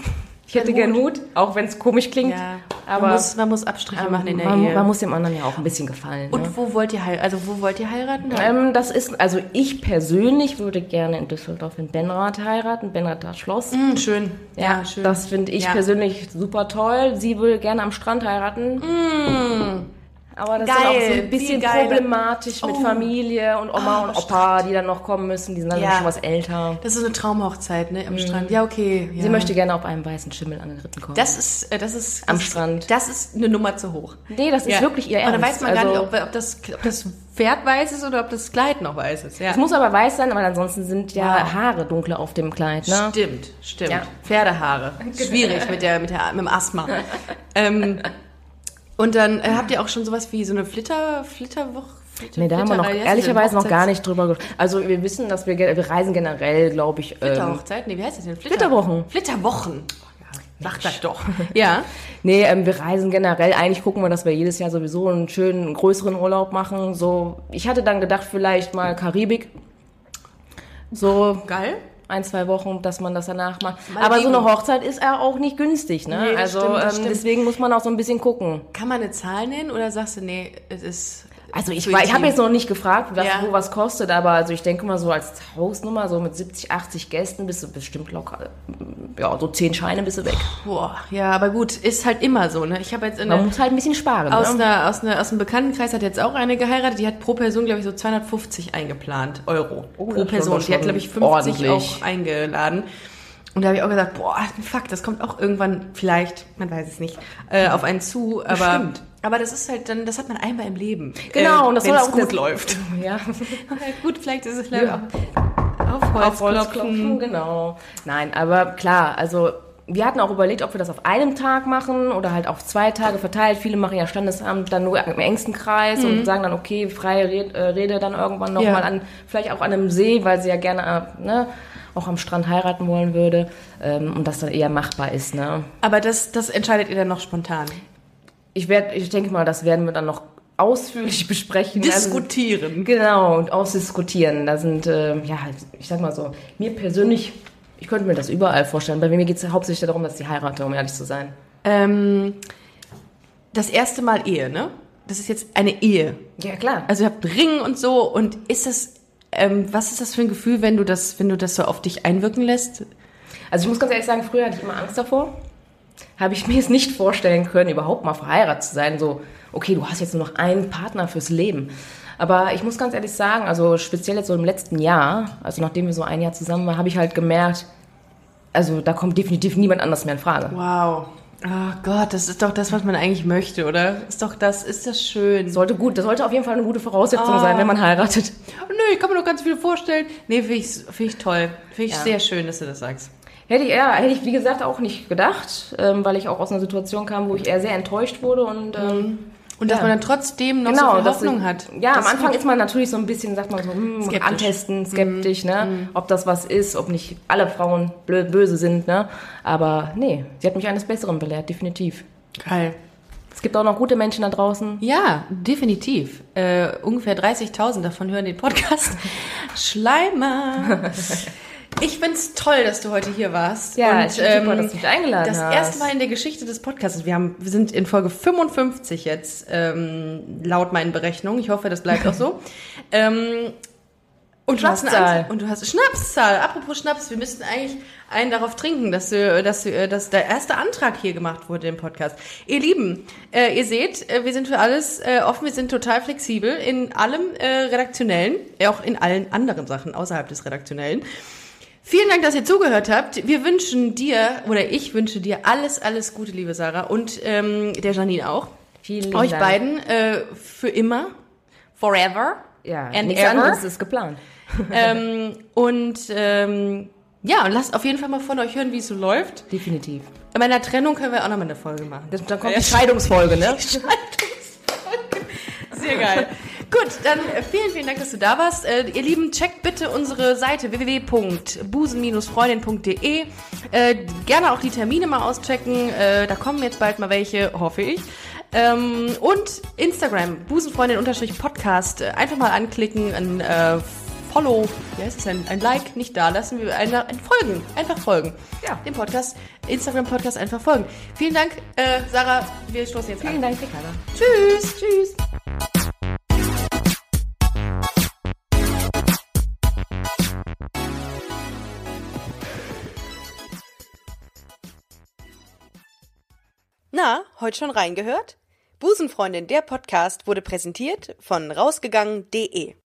Speaker 3: Ich hätte
Speaker 6: Ein
Speaker 3: gern Hut, auch wenn es komisch klingt.
Speaker 6: man
Speaker 3: Aber ähm,
Speaker 6: muss, man muss Abstriche machen in der
Speaker 3: man,
Speaker 6: Ehe.
Speaker 3: man muss dem anderen ja auch ein bisschen gefallen. ne?
Speaker 6: und wo wollt ihr heiraten? Also wo wollt ihr heiraten?
Speaker 3: Ähm, das ist, also ich persönlich würde gerne in Düsseldorf in Benrath heiraten, Benrather Schloss.
Speaker 6: Hm, schön.
Speaker 3: Ja, das finde ich
Speaker 6: Ja.
Speaker 3: persönlich super toll. Sie will gerne am Strand heiraten. Aber das ist auch so
Speaker 6: Mm. Geil,
Speaker 3: ein bisschen
Speaker 6: viel geiler.
Speaker 3: problematisch mit
Speaker 6: Oh.
Speaker 3: Familie und Oma
Speaker 6: Ah,
Speaker 3: und Opa, die dann noch kommen müssen. Die sind dann
Speaker 6: Ja.
Speaker 3: schon was älter.
Speaker 6: Das ist eine Traumhochzeit, ne? Am Strand. Ja, okay. Ja.
Speaker 3: Mhm. Sie möchte gerne auf einem weißen Schimmel angeritten kommen.
Speaker 6: Das ist, äh, das ist
Speaker 3: Am
Speaker 6: das ist-
Speaker 3: Strand.
Speaker 6: Das ist eine Nummer zu hoch.
Speaker 3: nee, das ist wirklich ihr
Speaker 6: Und
Speaker 3: Ernst.
Speaker 6: dann weiß man
Speaker 3: also,
Speaker 6: gar nicht, ob, ob, das, ob das Pferd weiß ist oder ob das Kleid noch weiß ist. Ja.
Speaker 3: Es muss aber weiß sein, weil ansonsten sind ja
Speaker 6: Wow.
Speaker 3: Haare dunkler auf dem Kleid. Ne?
Speaker 6: Stimmt, stimmt. Genau.
Speaker 3: Ja.
Speaker 6: Pferdehaare. Schwierig mit, der, mit, der, mit dem Asthma. ähm, und dann äh, habt ihr auch schon sowas wie so eine Flitter, Flitterwoche? Flitter,
Speaker 3: Nee, da haben wir noch
Speaker 6: Flitterei- wie heißt das
Speaker 3: ehrlicherweise
Speaker 6: denn?
Speaker 3: noch gar
Speaker 6: Hochzeits-
Speaker 3: nicht drüber gesprochen. Also wir wissen, dass wir, ge- wir reisen generell, glaube ich. Ähm,
Speaker 6: Flitterhochzeit? Nee, wie heißt das denn? Flitter-
Speaker 3: Flitterwochen.
Speaker 6: Flitterwochen. Sag das doch. ja.
Speaker 3: Nee, ähm, wir reisen generell. Eigentlich gucken wir, dass wir jedes Jahr sowieso einen schönen, größeren Urlaub machen. So, ich hatte dann gedacht, vielleicht mal Karibik. So
Speaker 6: Geil.
Speaker 3: ein, zwei Wochen, dass man das danach macht.
Speaker 6: Malediven.
Speaker 3: Aber so eine Hochzeit ist ja auch nicht günstig, ne?
Speaker 6: Nee, das
Speaker 3: also
Speaker 6: stimmt, das
Speaker 3: ähm,
Speaker 6: stimmt.
Speaker 3: deswegen muss man auch so ein bisschen gucken.
Speaker 6: Kann man eine Zahl nennen oder sagst du, nee, es ist.
Speaker 3: Also ich,
Speaker 6: zu
Speaker 3: war- ich
Speaker 6: intim?
Speaker 3: habe jetzt noch nicht gefragt, was,
Speaker 6: Ja.
Speaker 3: wo was kostet, aber also ich denke mal so als Hausnummer, so mit 70, 80 Gästen bist du bestimmt locker, mm, ja, so 10 Scheine bist du weg.
Speaker 6: Boah, ja, aber gut, ist halt immer so, ne? Ich habe jetzt in
Speaker 3: Man
Speaker 6: der,
Speaker 3: muss halt ein bisschen sparen.
Speaker 6: aus,
Speaker 3: ne?
Speaker 6: einer, aus, einer, aus einem Bekanntenkreis hat jetzt auch eine geheiratet, die hat pro Person, glaube ich, so 250 eingeplant, Euro.
Speaker 3: Oh, das
Speaker 6: pro
Speaker 3: ist
Speaker 6: Person.
Speaker 3: doch
Speaker 6: Die hat,
Speaker 3: schon
Speaker 6: glaube ich, 50 auch
Speaker 3: ordentlich.
Speaker 6: eingeladen. Und da habe ich auch gesagt, boah, fuck, das kommt auch irgendwann, vielleicht, man weiß es nicht, äh, auf einen zu. Aber,
Speaker 3: Bestimmt.
Speaker 6: aber das ist halt dann, das hat man einmal im Leben.
Speaker 3: Genau,
Speaker 6: äh,
Speaker 3: und das
Speaker 6: wenn
Speaker 3: soll
Speaker 6: es
Speaker 3: auch
Speaker 6: gut
Speaker 3: das-
Speaker 6: läuft.
Speaker 3: [LAUGHS] Ja.
Speaker 6: [LAUGHS] gut, vielleicht ist es leider auf,
Speaker 3: Auf Holz klopfen, genau. Nein, aber klar, also wir hatten auch überlegt, ob wir das auf einem Tag machen oder halt auf zwei Tage verteilt. Viele machen ja Standesamt dann nur im engsten Kreis und sagen dann, okay, freie Rede, äh, Rede dann irgendwann
Speaker 6: Ja.
Speaker 3: nochmal mal an, vielleicht auch an einem See, weil sie ja gerne äh, ne, auch am Strand heiraten wollen würde ähm, und das dann eher machbar ist. Ne?
Speaker 6: Aber das, das entscheidet ihr dann noch spontan.
Speaker 3: Ich, werd, ich denke mal, das werden wir dann noch ausführlich [LAUGHS] besprechen. Also-
Speaker 6: Diskutieren.
Speaker 3: Genau, und ausdiskutieren. Da sind, ähm, ja, ich sag mal so, mir persönlich, ich könnte mir das überall vorstellen. Bei mir geht es hauptsächlich darum, dass ich heirate, um ehrlich zu sein.
Speaker 6: Ähm, das erste Mal Ehe, ne? Das ist jetzt eine Ehe.
Speaker 3: Ja, klar. Also,
Speaker 6: Also ihr habt einen Ring und so. Und ist das, ähm, was ist das für ein Gefühl, wenn du das, wenn du das so auf dich einwirken lässt?
Speaker 3: also ich muss ganz ehrlich sagen, früher hatte ich immer Angst davor. Habe ich [LAUGHS] mir es nicht vorstellen können, überhaupt mal verheiratet zu sein. So, okay, du hast jetzt nur noch einen Partner fürs Leben. Aber ich muss ganz ehrlich sagen, also speziell jetzt so im letzten Jahr, also nachdem wir so ein Jahr zusammen waren, habe ich halt gemerkt, also da kommt definitiv niemand anders mehr in Frage.
Speaker 6: Wow. Oh Gott, das ist doch das, was man eigentlich möchte, oder? Ist doch das, ist das schön.
Speaker 3: Sollte gut, das sollte auf jeden Fall eine gute Voraussetzung sein, wenn man heiratet.
Speaker 6: nö, ich kann mir doch ganz viel vorstellen. Nee, finde ich, find ich toll. Finde ich
Speaker 3: Ja.
Speaker 6: sehr schön, dass du das sagst.
Speaker 3: Hätte ich, ja, hätte ich, wie gesagt, auch nicht gedacht, ähm, weil ich auch aus einer Situation kam, wo ich eher sehr enttäuscht wurde und ähm,
Speaker 6: Und dass
Speaker 3: Ja. Genau,
Speaker 6: man dann trotzdem noch so viel
Speaker 3: dass
Speaker 6: Hoffnung
Speaker 3: ich,
Speaker 6: hat.
Speaker 3: Ja,
Speaker 6: Das
Speaker 3: am Anfang ist man natürlich so ein bisschen, sagt man so, hm,
Speaker 6: Skeptisch.
Speaker 3: antesten, skeptisch, ne? Ob das was ist, ob nicht alle Frauen blö- böse sind, ne? Aber nee, sie hat mich eines Besseren belehrt, definitiv.
Speaker 6: Geil.
Speaker 3: Es gibt auch noch gute Menschen da draußen.
Speaker 6: Ja, definitiv. Äh, ungefähr 30.000 davon hören
Speaker 3: [LAUGHS]
Speaker 6: den Podcast. Schleimer. Ich find's toll, dass du heute hier warst.
Speaker 3: Ja, ich find
Speaker 2: ähm,
Speaker 3: super, dass du mich eingeladen
Speaker 6: Das
Speaker 3: hast.
Speaker 6: erste Mal in der Geschichte des Podcasts. Wir, haben, wir sind in Folge 55 jetzt, ähm, laut meinen Berechnungen. Ich hoffe, das bleibt auch so. ähm, und du hast eine
Speaker 3: Schnapszahl.
Speaker 6: Angst- Und du hast Schnapszahl. Apropos Schnaps, wir müssten eigentlich einen darauf trinken, dass, wir, dass, wir, dass der erste Antrag hier gemacht wurde im Podcast. Ihr Lieben, äh, ihr seht, äh, wir sind für alles äh, offen, wir sind total flexibel in allem äh, Redaktionellen, äh, auch in allen anderen Sachen außerhalb des Redaktionellen. Vielen Dank, dass ihr zugehört habt. Wir wünschen dir, oder ich wünsche dir alles, alles Gute, liebe Sarah und ähm, der Janine auch.
Speaker 3: Vielen lieben
Speaker 6: Euch
Speaker 3: Dank.
Speaker 6: beiden äh, für immer, forever
Speaker 3: Ja,
Speaker 6: and
Speaker 3: nichts
Speaker 6: ever.
Speaker 3: anderes ist geplant.
Speaker 6: Und ähm, ja, und lasst auf jeden Fall mal von euch hören, wie es so läuft.
Speaker 3: Definitiv.
Speaker 6: Bei meiner Trennung können wir auch nochmal eine Folge machen. halt
Speaker 3: Das, dann kommt die Scheidungsfolge, ne?
Speaker 6: [LAUGHS] Sehr geil. Gut, dann äh, vielen, vielen Dank, dass du da warst. Äh, ihr Lieben, checkt bitte unsere Seite www.busen-freundin.de. Äh, gerne auch die Termine mal auschecken. Äh, da kommen jetzt bald mal welche, hoffe ich. Ähm, und Instagram, busenfreundin-podcast. Äh, Einfach mal anklicken, ein äh, Follow, wie heißt das denn? Ein Like nicht da lassen, wir ein, ein Folgen, einfach folgen.
Speaker 3: Ja.
Speaker 6: Dem Podcast, Instagram-Podcast einfach folgen. Vielen Dank, äh, Sarah. Wir stoßen jetzt
Speaker 3: Vielen
Speaker 6: an.
Speaker 3: Dank, Ricarda.
Speaker 6: Tschüss, tschüss.
Speaker 2: Na, heute schon reingehört? Busenfreundin, der Podcast wurde präsentiert von rausgegangen.de.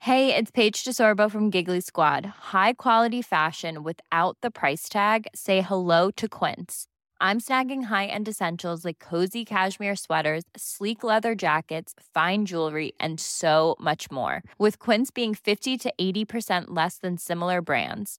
Speaker 7: Hey, it's Paige DeSorbo from Giggly Squad. High quality fashion without the price tag. Say hello to Quince. I'm snagging high-end essentials like cozy cashmere sweaters, sleek leather jackets, fine jewelry, and so much more. With Quince being 50 to 80% less than similar brands.